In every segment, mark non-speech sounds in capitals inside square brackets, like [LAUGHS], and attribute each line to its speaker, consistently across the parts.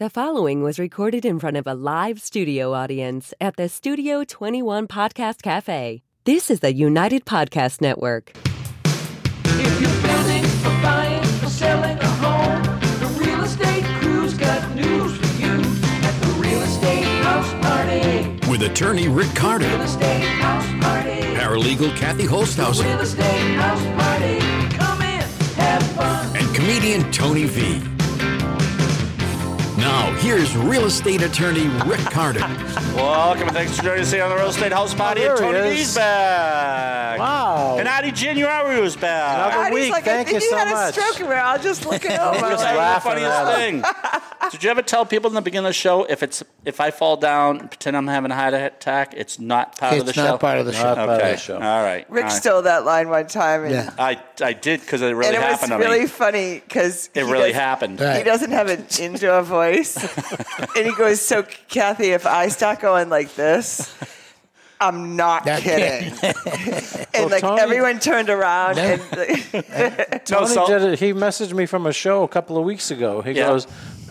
Speaker 1: The following was recorded in front of a live studio audience at the Studio 21 Podcast Cafe. This is the United Podcast Network.
Speaker 2: If you're building or buying or selling a home, the real estate crew's got news for you at the Real Estate House Party.
Speaker 3: with attorney Rick
Speaker 2: Real
Speaker 3: Carter,
Speaker 2: Estate House Party.
Speaker 3: paralegal Kathy Holsthausen,
Speaker 2: Real Estate House Party. Come in, have fun.
Speaker 3: and comedian Tony V. Now, here's real estate attorney Rick Carter.
Speaker 4: Welcome and thanks for joining us here on the Real Estate House Party.
Speaker 5: Oh, there
Speaker 4: and Tony
Speaker 5: he is.
Speaker 4: Lee's back.
Speaker 5: Wow.
Speaker 4: And Adi January's back.
Speaker 5: Another
Speaker 6: God, he's
Speaker 5: week.
Speaker 6: like, I
Speaker 5: Thank
Speaker 6: think
Speaker 5: you
Speaker 6: you,
Speaker 5: so
Speaker 6: had a
Speaker 5: much.
Speaker 6: stroke over. I'll just look it over.
Speaker 4: I'll tell you
Speaker 5: laughing
Speaker 4: the
Speaker 5: at
Speaker 4: funniest
Speaker 5: [LAUGHS]
Speaker 4: thing. Did you ever tell people in the beginning of the show if it's if I fall down and pretend I'm having a heart attack, it's not part of the
Speaker 7: It's
Speaker 4: show?
Speaker 7: not part of the show.
Speaker 5: Not part of the
Speaker 4: Okay.
Speaker 5: show.
Speaker 4: All right.
Speaker 6: Rick
Speaker 4: All right.
Speaker 6: stole that line one time, and,
Speaker 7: Yeah.
Speaker 4: I, I did because it really
Speaker 6: and it was
Speaker 4: happened to
Speaker 6: really
Speaker 4: me.
Speaker 6: funny because
Speaker 4: It really happened.
Speaker 7: Right.
Speaker 6: He doesn't have an into a voice, and he goes, "So, Kathy, if I start going like this." I'm not
Speaker 7: That-
Speaker 6: kidding. [LAUGHS] and like
Speaker 5: Tony-
Speaker 6: everyone turned around
Speaker 7: No.
Speaker 6: and [LAUGHS]
Speaker 4: No,
Speaker 5: Tony
Speaker 4: so-
Speaker 5: did it. He messaged me from a show a couple of weeks ago. He
Speaker 4: Yeah.
Speaker 5: goes,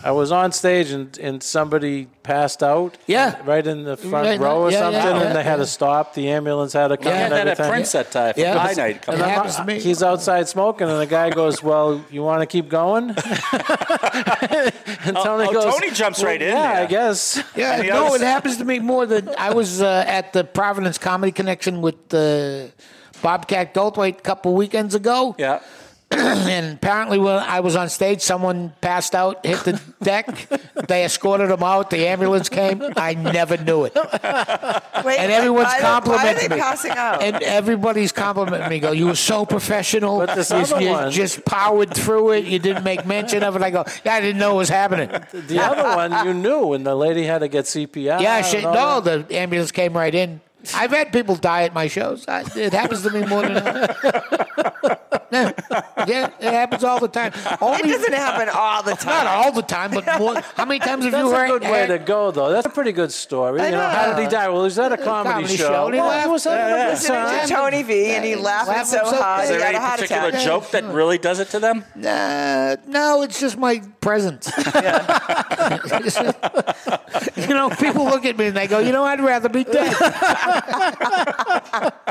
Speaker 5: I was on stage and, and somebody passed out.
Speaker 7: Yeah.
Speaker 5: Right in the front
Speaker 7: Right,
Speaker 5: row or
Speaker 7: yeah, yeah,
Speaker 5: something,
Speaker 7: yeah,
Speaker 5: and they had
Speaker 7: yeah.
Speaker 5: to stop. The ambulance had to come.
Speaker 4: I had
Speaker 5: and
Speaker 4: that at
Speaker 5: everything.
Speaker 4: Prince that time for
Speaker 7: Yeah.
Speaker 4: Pie Night.
Speaker 7: It
Speaker 4: Coming up.
Speaker 7: happens to me.
Speaker 5: He's outside smoking, and the guy goes, "Well, you want to keep going?"
Speaker 7: [LAUGHS]
Speaker 5: and Tony
Speaker 4: oh,
Speaker 5: goes,
Speaker 4: Tony jumps right in
Speaker 5: Yeah,
Speaker 4: there."
Speaker 5: I guess.
Speaker 7: yeah,
Speaker 4: Any
Speaker 7: no,
Speaker 4: others?
Speaker 7: it happens to me more than I was uh, at the Providence Comedy Connection with uh, Bobcat Goldthwait a couple weekends ago.
Speaker 4: Yeah.
Speaker 7: [CLEARS THROAT] and apparently when I was on stage, someone passed out, hit
Speaker 4: [LAUGHS]
Speaker 7: the deck. they escorted him out. The ambulance came. I never knew
Speaker 4: Oh.
Speaker 7: it.
Speaker 6: wait,
Speaker 7: And everyone's
Speaker 6: why,
Speaker 7: complimenting
Speaker 6: why are they
Speaker 7: me.
Speaker 6: passing out?
Speaker 7: And everybody's complimenting me. Go, you were so professional.
Speaker 5: But this
Speaker 7: you,
Speaker 5: other
Speaker 7: you
Speaker 5: one-
Speaker 7: just powered through it. You didn't make mention of it. I go, yeah, I didn't know it was happening.
Speaker 5: The other one you knew, and the lady had to get CPR.
Speaker 7: Yeah,
Speaker 5: and
Speaker 7: she,
Speaker 5: all
Speaker 7: no,
Speaker 5: that.
Speaker 7: the ambulance came right in. I've had people die at my shows. I, it happens to me more than yeah, yeah, it happens all the time.
Speaker 6: it
Speaker 7: Only,
Speaker 6: doesn't happen all the
Speaker 7: not
Speaker 6: time.
Speaker 7: all the time, but more, how many times have
Speaker 5: That's
Speaker 7: you
Speaker 5: a
Speaker 7: heard?
Speaker 5: good way to go, though. That's a pretty good story. You know, how did he die? Well, he was at a comedy,
Speaker 7: comedy
Speaker 5: show.
Speaker 7: show, and he
Speaker 5: Well,
Speaker 7: laughed.
Speaker 5: was having a
Speaker 7: Yeah,
Speaker 5: good
Speaker 6: Listening
Speaker 5: time.
Speaker 6: to Tony V and he
Speaker 7: Yeah.
Speaker 6: laughing
Speaker 7: Laughing
Speaker 6: so
Speaker 7: so
Speaker 6: hard
Speaker 7: bad.
Speaker 4: Is
Speaker 6: he
Speaker 4: there
Speaker 6: had
Speaker 4: any
Speaker 6: a heart
Speaker 4: particular
Speaker 6: attack.
Speaker 4: joke that really does it to them?
Speaker 7: Uh, no, it's just my presence. [LAUGHS] you know, people look at me and they go, "You know, I'd rather be dead."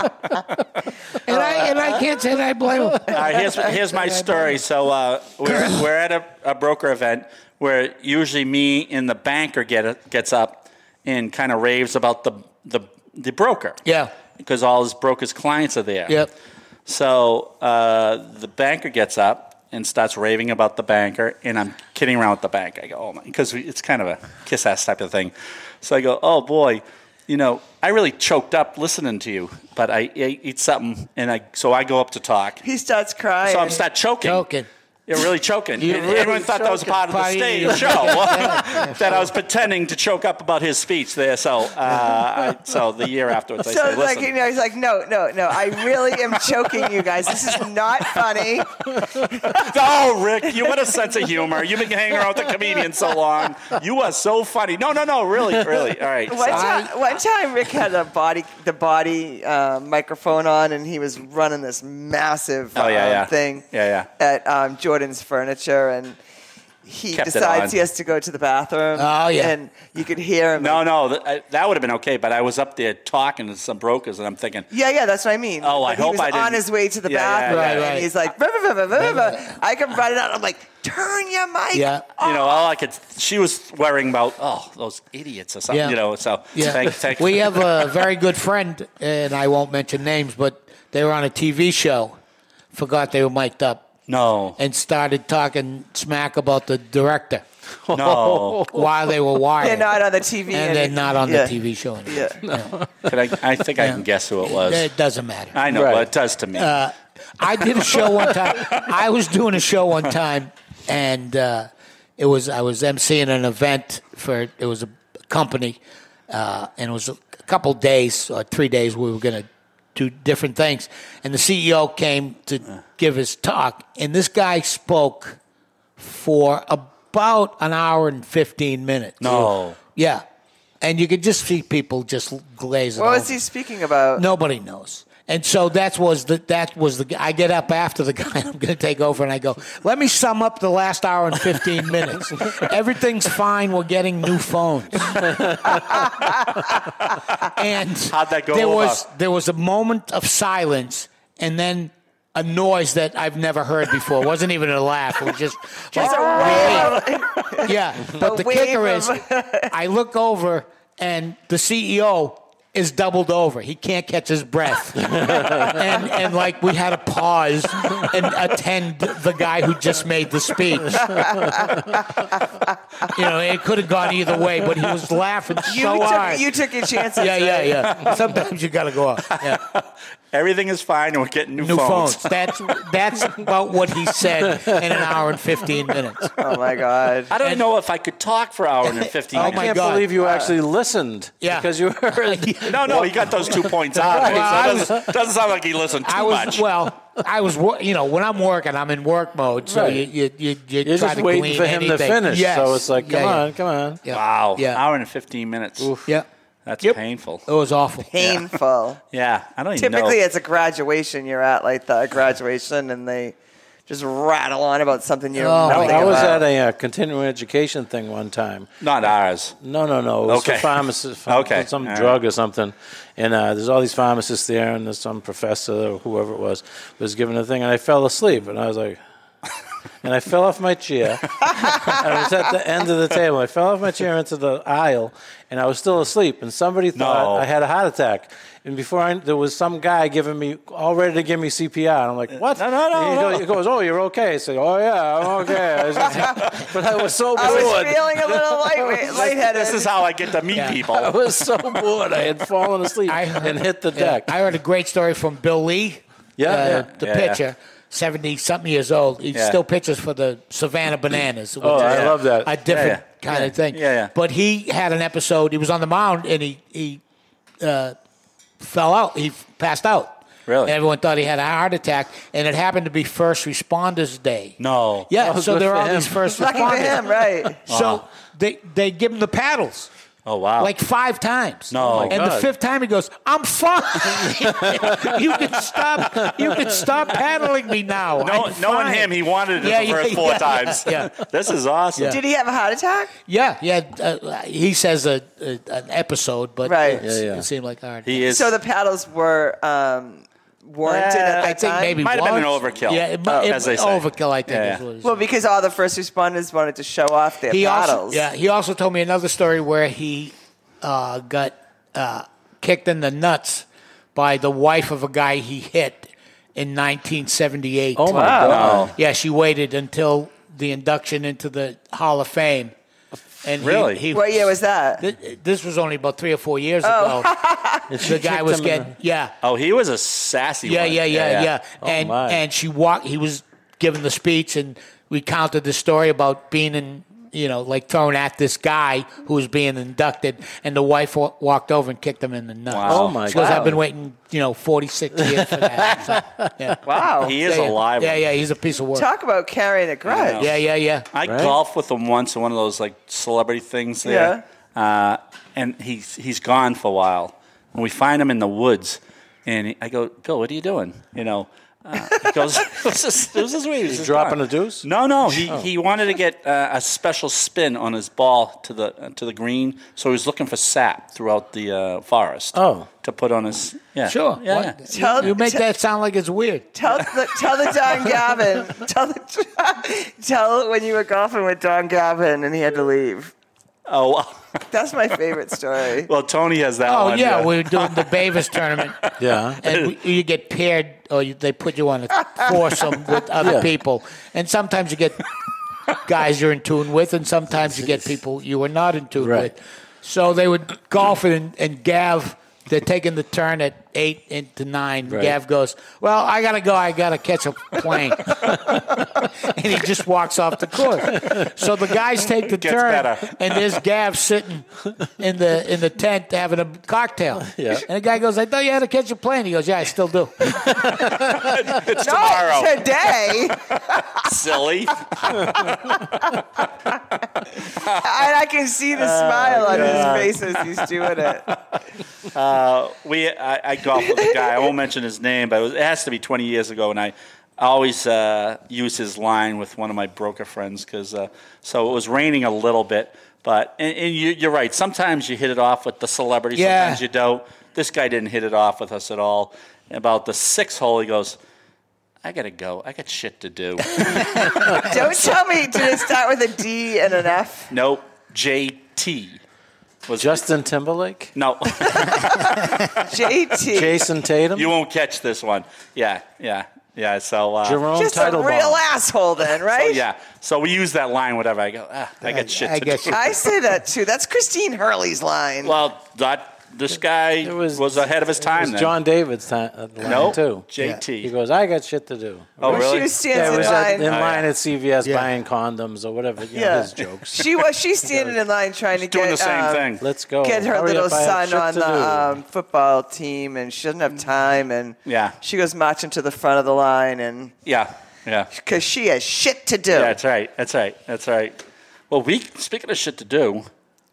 Speaker 7: and I and I can't say that I blame them.
Speaker 4: All right, Uh, here's, here's my story. So uh, we're, we're at a, a broker event where usually me and the banker get gets up and kind of raves about the the, the broker.
Speaker 7: Yeah.
Speaker 4: Because all his broker's clients are there.
Speaker 7: Yep.
Speaker 4: So uh, the banker gets up and starts raving about the banker, and I'm kidding around with the bank. I go, oh my, because it's kind of a kiss ass type of thing. So I go, oh boy, you know, I really choked up listening to you, but I, I eat something, and I so I go up to talk.
Speaker 6: He starts crying.
Speaker 4: So I'm start choking.
Speaker 7: Joking.
Speaker 4: You're really choking.
Speaker 7: You're
Speaker 4: And
Speaker 7: really
Speaker 4: everyone thought that was
Speaker 7: choking.
Speaker 4: part of the
Speaker 7: Probably-
Speaker 4: stage show. that I was pretending to choke up about his speech there. So, uh, I, so the year afterwards, I
Speaker 6: So
Speaker 4: say,
Speaker 6: it's like
Speaker 4: listen.
Speaker 6: you know, he's like, no, no, no. I really am choking you guys. This is not
Speaker 4: [LAUGHS]
Speaker 6: funny.
Speaker 4: oh, Rick, you what a sense of humor. You've been hanging around with the comedian so long. You are so funny. No, no, no, really, really. All right.
Speaker 6: One
Speaker 4: So,
Speaker 6: time, one time Rick had a body, the body uh, microphone on, and he was running this massive
Speaker 4: Oh, yeah,
Speaker 6: um,
Speaker 4: yeah.
Speaker 6: thing
Speaker 4: Yeah, yeah.
Speaker 6: at um, Jordan's Furniture, and he
Speaker 4: Kept it on.
Speaker 6: decides he has to go to the bathroom.
Speaker 7: Oh, yeah.
Speaker 6: and you could hear him.
Speaker 4: no, no, that, I- that would have been okay, but I was up there talking to some brokers, and I'm thinking,
Speaker 6: Yeah, yeah, that's what I mean.
Speaker 4: Oh, I
Speaker 6: Like,
Speaker 4: hope
Speaker 6: he was
Speaker 4: I didn't-
Speaker 6: on his way to the
Speaker 4: Yeah, yeah,
Speaker 6: bathroom,
Speaker 7: yeah, yeah.
Speaker 6: and
Speaker 7: Right,
Speaker 6: he's like, "Bruh, bruh, bruh, bruh, bruh, bruh." I can run it out. I'm like, turn your mic.
Speaker 7: Yeah.
Speaker 4: you know, all I could, she was worrying about, oh, those idiots or something,
Speaker 7: Yeah.
Speaker 4: you know. So,
Speaker 7: Yeah.
Speaker 4: thank, thank
Speaker 7: we have a very good friend, and I won't mention names, but they were on a TV show. Forgot they were mic'd up
Speaker 4: No.
Speaker 7: and started talking smack about the director
Speaker 4: No.
Speaker 7: [LAUGHS] while they were wired.
Speaker 6: They're not on the TV,
Speaker 7: Oh. and they're
Speaker 6: anymore.
Speaker 7: not on
Speaker 6: Yeah.
Speaker 7: the TV show anymore. [LAUGHS]
Speaker 6: Yeah.
Speaker 4: Can I, I think I can guess who it was.
Speaker 7: It doesn't matter.
Speaker 4: I know,
Speaker 5: Right.
Speaker 4: but it does to me.
Speaker 7: I did a show one time. I was doing a show one time, and uh, it was I was emceeing an event for it was a company, uh, and it was a couple days or three days we were going to do different things, and the CEO came to give his talk, and this guy spoke for about an hour and fifteen minutes.
Speaker 4: no.
Speaker 7: yeah, and you could just see people just glazing.
Speaker 6: What
Speaker 7: over.
Speaker 6: was he speaking about?
Speaker 7: Nobody knows. And so that was the that was the. I get up after the [LAUGHS] guy. and I'm going to take over, and I go. Let me sum up the last hour and 15 minutes.
Speaker 8: [LAUGHS]
Speaker 7: Everything's fine. We're getting new phones. and
Speaker 8: How'd that go
Speaker 7: There
Speaker 8: over?
Speaker 7: was there was a moment of silence, and then a noise that I've never heard before. It wasn't even a laugh. It was
Speaker 8: [LAUGHS]
Speaker 7: just
Speaker 6: Just a wave. [LAUGHS]
Speaker 7: yeah, but the
Speaker 6: wave
Speaker 7: kicker
Speaker 6: of-
Speaker 7: is, I look over and the CEO is doubled over. He can't catch
Speaker 6: [LAUGHS]
Speaker 7: his breath, and and like we had to pause and attend the guy who just made the speech. you know, it could have gone either way, but he was laughing so
Speaker 6: You,
Speaker 7: hard.
Speaker 6: took, you took your chances.
Speaker 7: yeah, yeah,
Speaker 6: right? [LAUGHS]
Speaker 7: yeah. Sometimes you got to go up. Yeah.
Speaker 8: Everything is fine, and we're getting new,
Speaker 7: New
Speaker 8: phones.
Speaker 7: phones.
Speaker 8: [LAUGHS]
Speaker 7: That's that's about what he said in an hour and fifteen minutes.
Speaker 6: Oh my
Speaker 7: [LAUGHS]
Speaker 6: God.
Speaker 8: I don't know if I could talk for an hour and 15
Speaker 7: Oh
Speaker 8: minutes.
Speaker 7: my
Speaker 5: I can't
Speaker 7: God.
Speaker 5: believe you actually listened.
Speaker 7: Yeah.
Speaker 5: Because you heard.
Speaker 8: No, no, he got those two points out. of it,
Speaker 7: Well, I
Speaker 8: so it doesn't, doesn't sound like he listened too
Speaker 7: I was
Speaker 8: much.
Speaker 7: well. I was, wor- you know, when I'm working, I'm in work mode, so
Speaker 5: Right.
Speaker 7: you you you, you
Speaker 5: [LAUGHS] You're
Speaker 7: try
Speaker 5: just
Speaker 7: to
Speaker 5: waiting
Speaker 7: glean
Speaker 5: for him to
Speaker 7: anything.
Speaker 5: finish.
Speaker 7: Yes.
Speaker 5: So it's like, come
Speaker 7: Yeah, yeah.
Speaker 5: on, come on.
Speaker 7: Yeah.
Speaker 8: wow,
Speaker 7: Yeah.
Speaker 8: hour and 15 minutes.
Speaker 7: yeah.
Speaker 8: That's
Speaker 7: Yep.
Speaker 8: painful.
Speaker 7: It was awful. [LAUGHS]
Speaker 6: Painful.
Speaker 8: Yeah, I don't even know.
Speaker 6: Typically, it's a graduation you're at, like the graduation, and they just rattle on about something you
Speaker 7: Oh,
Speaker 6: know
Speaker 7: Think
Speaker 5: I was
Speaker 6: about.
Speaker 5: at a uh, continuing education thing one time.
Speaker 8: Not ours.
Speaker 5: No, no, no. It was
Speaker 8: Okay.
Speaker 5: a pharmacist,
Speaker 8: [LAUGHS] Okay.
Speaker 5: some
Speaker 8: All right.
Speaker 5: drug or something. And uh, there's all these pharmacists there, and there's some professor or whoever it was was giving a thing, and I fell asleep, and I was like, [LAUGHS] and I fell off my chair. [LAUGHS] I was at the end of the table. I fell off my chair into the aisle, and I was still asleep. And somebody thought
Speaker 8: No.
Speaker 5: I had a heart attack. And before I, there was some guy giving me all ready to give me CPR, and I'm like, "What?
Speaker 8: No, no, no,
Speaker 5: And he,
Speaker 8: no.
Speaker 5: Goes, he goes, "Oh, you're okay." I say, "Oh yeah, I'm okay." I was just- [LAUGHS] but I was so
Speaker 6: I
Speaker 5: bored.
Speaker 6: was feeling a
Speaker 7: [LAUGHS]
Speaker 6: little lightweight, lightheaded.
Speaker 8: This is how I get to meet
Speaker 7: Yeah.
Speaker 5: I
Speaker 8: people.
Speaker 5: was so bored. I had fallen asleep
Speaker 7: I heard-
Speaker 5: and hit the
Speaker 7: Yeah.
Speaker 5: deck.
Speaker 7: I heard a great story from Bill Lee.
Speaker 5: Yeah,
Speaker 7: uh,
Speaker 5: yeah.
Speaker 7: the
Speaker 8: Yeah, yeah.
Speaker 7: pitcher, seventy something years old. He
Speaker 8: Yeah.
Speaker 7: still pitches for the
Speaker 5: [CLEARS THROAT]
Speaker 7: Savannah Bananas. which
Speaker 5: Oh, I
Speaker 7: is
Speaker 5: love that.
Speaker 7: A different
Speaker 8: Yeah, yeah.
Speaker 7: kind of thing.
Speaker 8: Yeah, yeah.
Speaker 7: But he had an episode. He was on the mound and he he uh, fell out. He passed out.
Speaker 8: Really?
Speaker 7: And everyone thought he had a heart attack, and it happened to be First Responders Day.
Speaker 8: No.
Speaker 7: Yeah,
Speaker 5: Oh,
Speaker 7: so
Speaker 5: good
Speaker 7: there
Speaker 5: for
Speaker 7: are all
Speaker 5: him.
Speaker 7: these
Speaker 8: [LAUGHS]
Speaker 7: first
Speaker 6: lucky for him,
Speaker 7: responders.
Speaker 6: right?
Speaker 8: Uh-huh.
Speaker 7: So they they give him the paddles
Speaker 8: Oh wow.
Speaker 7: like five times.
Speaker 8: No. Oh my
Speaker 7: and the
Speaker 5: God.
Speaker 7: fifth time he goes, "I'm fine. [LAUGHS] you can stop. You can stop paddling me now."
Speaker 8: no,
Speaker 7: I'm
Speaker 8: knowing
Speaker 7: fine."
Speaker 8: him, he wanted it
Speaker 7: Yeah,
Speaker 8: the
Speaker 7: yeah,
Speaker 8: first four
Speaker 7: yeah.
Speaker 8: times.
Speaker 7: [LAUGHS] Yeah.
Speaker 8: [LAUGHS] This is awesome.
Speaker 6: Did he have a heart attack?
Speaker 7: Yeah, yeah. Uh, he says a, a an episode, but
Speaker 6: Right.
Speaker 7: it's-
Speaker 5: Yeah, yeah.
Speaker 7: it seemed like all right.
Speaker 8: He is.
Speaker 6: So the paddles were um, warranted
Speaker 8: Uh,
Speaker 6: at that
Speaker 7: I think
Speaker 6: time?
Speaker 7: maybe
Speaker 8: Might have been an
Speaker 7: once.
Speaker 8: overkill,
Speaker 7: Yeah, it, might-
Speaker 8: uh,
Speaker 7: it,
Speaker 8: as they say.
Speaker 7: overkill. I think
Speaker 8: Yeah,
Speaker 7: is
Speaker 8: yeah.
Speaker 7: what it is.
Speaker 6: Well, because all the first responders wanted to show off their
Speaker 7: he also,
Speaker 6: paddles.
Speaker 7: yeah, he also told me another story where he uh, got uh, kicked in the nuts by the wife of a guy he hit in 1978.
Speaker 5: Oh my
Speaker 8: Wow.
Speaker 5: god!
Speaker 7: Yeah, she waited until the induction into the Hall of Fame. And he-
Speaker 8: Really?
Speaker 7: he,
Speaker 6: What year was that?
Speaker 7: Th- this was only about three or four years ago. the guy was
Speaker 5: him in
Speaker 7: getting yeah,
Speaker 8: oh, he was a sassy
Speaker 7: yeah,
Speaker 8: one.
Speaker 7: yeah, yeah, yeah.
Speaker 5: Oh,
Speaker 7: and
Speaker 5: my.
Speaker 7: and she walked. He was giving the speech and recounted the story about being in, you know, like thrown at this guy who was being inducted, and the wife wa- walked over and kicked him in the nuts.
Speaker 8: Wow. Oh,
Speaker 5: my
Speaker 7: She goes,
Speaker 5: God.
Speaker 7: "I've been waiting, you know, forty six years for that." So, yeah.
Speaker 8: Wow. Oh, He is
Speaker 7: yeah, yeah.
Speaker 8: a live
Speaker 7: Yeah,
Speaker 8: one.
Speaker 7: yeah. He's a piece of work.
Speaker 6: Talk about carrying a grudge.
Speaker 7: yeah, yeah, yeah.
Speaker 8: I golfed with him once in one of those like celebrity things there. Uh, and he's he's gone for a while. And we find him in the woods. And he, I go, Bill, what are you doing? You know, uh, he goes, [LAUGHS] this is, this is weird. He's just
Speaker 5: dropping
Speaker 8: gone.
Speaker 5: a deuce? Oh.
Speaker 8: No, no. He, he wanted to get uh, a special spin on his ball to the uh, to the green. So he was looking for sap throughout the uh, forest.
Speaker 5: Oh.
Speaker 8: To put on his. Yeah.
Speaker 7: Sure.
Speaker 8: Yeah.
Speaker 7: What?
Speaker 8: yeah.
Speaker 6: Tell-
Speaker 7: You, you make
Speaker 6: tell-
Speaker 7: that sound like it's weird. [LAUGHS]
Speaker 6: Tell the, tell the Don Gavin. Tell the [LAUGHS] tell when you were golfing with Don Gavin and he had to leave.
Speaker 8: Oh, wow.
Speaker 6: That's my favorite
Speaker 8: [LAUGHS]
Speaker 6: story.
Speaker 8: well, Tony has that
Speaker 7: Oh
Speaker 8: one.
Speaker 7: yeah, we were doing the Bavis tournament,
Speaker 5: Yeah.
Speaker 7: [LAUGHS] and we, you get paired, or you, they put you on a
Speaker 5: [LAUGHS]
Speaker 7: foursome with other
Speaker 5: Yeah.
Speaker 7: people, and sometimes you get guys you're in tune with, and sometimes you get people you are not in tune
Speaker 5: Right.
Speaker 7: with. So they would golf and, and Gav. They're taking the turn at eight into nine.
Speaker 5: Right.
Speaker 7: Gav goes, "Well, I gotta go. I gotta catch a plane,"
Speaker 5: [LAUGHS]
Speaker 7: and he just walks off the course. So the guys take the
Speaker 8: Gets
Speaker 7: turn,
Speaker 8: better.
Speaker 7: and there's Gav sitting in the in the tent having a
Speaker 8: [LAUGHS]
Speaker 7: cocktail.
Speaker 5: Yeah.
Speaker 7: And the guy goes, "I thought you had to catch a plane." He goes, "Yeah, I still do."
Speaker 8: It's tomorrow.
Speaker 6: Not today.
Speaker 8: Silly.
Speaker 6: I, I
Speaker 8: [LAUGHS] Oh,
Speaker 6: can see the smile on his face as he's doing it.
Speaker 8: We, I, I golf with a guy. I won't mention his name, but it, was, it has to be 20 years ago. And I always uh, use his line with one of my broker friends because uh, so it was raining a little bit. But and, and you, you're right. Sometimes you hit it off with the celebrity.
Speaker 7: Yeah.
Speaker 8: Sometimes you don't. This guy didn't hit it off with us at all. About the sixth hole, he goes, "I gotta go. I got shit to do."
Speaker 6: Don't tell me. Did it start with a D and an F?
Speaker 8: nope. JT was
Speaker 5: Justin Timberlake,
Speaker 8: no. [LAUGHS]
Speaker 6: JT.
Speaker 5: Jason Tatum,
Speaker 8: you won't catch this one. Yeah, yeah, yeah. So uh,
Speaker 5: Jerome
Speaker 6: Just a real
Speaker 5: Teitelbaum.
Speaker 6: asshole,
Speaker 8: [LAUGHS]
Speaker 6: then, right?
Speaker 8: Oh, Yeah. So we use that line, whatever. I go, ah, I got shit
Speaker 7: I
Speaker 8: to
Speaker 7: guess
Speaker 8: do.
Speaker 7: you-
Speaker 6: I say that too. That's Christine Hurley's line.
Speaker 8: Well, that, this guy
Speaker 5: It
Speaker 8: was,
Speaker 5: was-
Speaker 8: ahead of his
Speaker 5: It
Speaker 8: time
Speaker 5: was
Speaker 8: then.
Speaker 5: John David's time, uh, line
Speaker 8: Nope.
Speaker 5: too.
Speaker 8: JT.
Speaker 5: He goes, I got shit to do.
Speaker 8: oh, really?
Speaker 6: She was
Speaker 5: Yeah,
Speaker 6: standing
Speaker 5: it was
Speaker 6: in
Speaker 5: at-
Speaker 6: line.
Speaker 5: in
Speaker 8: Oh, yeah.
Speaker 5: line at CVS
Speaker 7: Yeah.
Speaker 5: buying condoms or whatever. You know,
Speaker 6: Yeah.
Speaker 5: his jokes.
Speaker 6: She was. She's standing in line trying to
Speaker 8: Doing
Speaker 6: get
Speaker 8: the same
Speaker 6: um,
Speaker 8: thing.
Speaker 5: Let's go.
Speaker 8: Oh,
Speaker 6: Get her
Speaker 5: Hurry
Speaker 6: little
Speaker 5: up, I have
Speaker 6: son
Speaker 5: shit
Speaker 6: on
Speaker 5: to do.
Speaker 6: the um, football team, and she doesn't have time. And
Speaker 8: Mm. Yeah.
Speaker 6: she goes marching to the front of the line, and
Speaker 8: Yeah, yeah.
Speaker 6: because she has shit to do.
Speaker 8: Yeah, that's right. That's right. That's right. Well, we speaking of shit to do,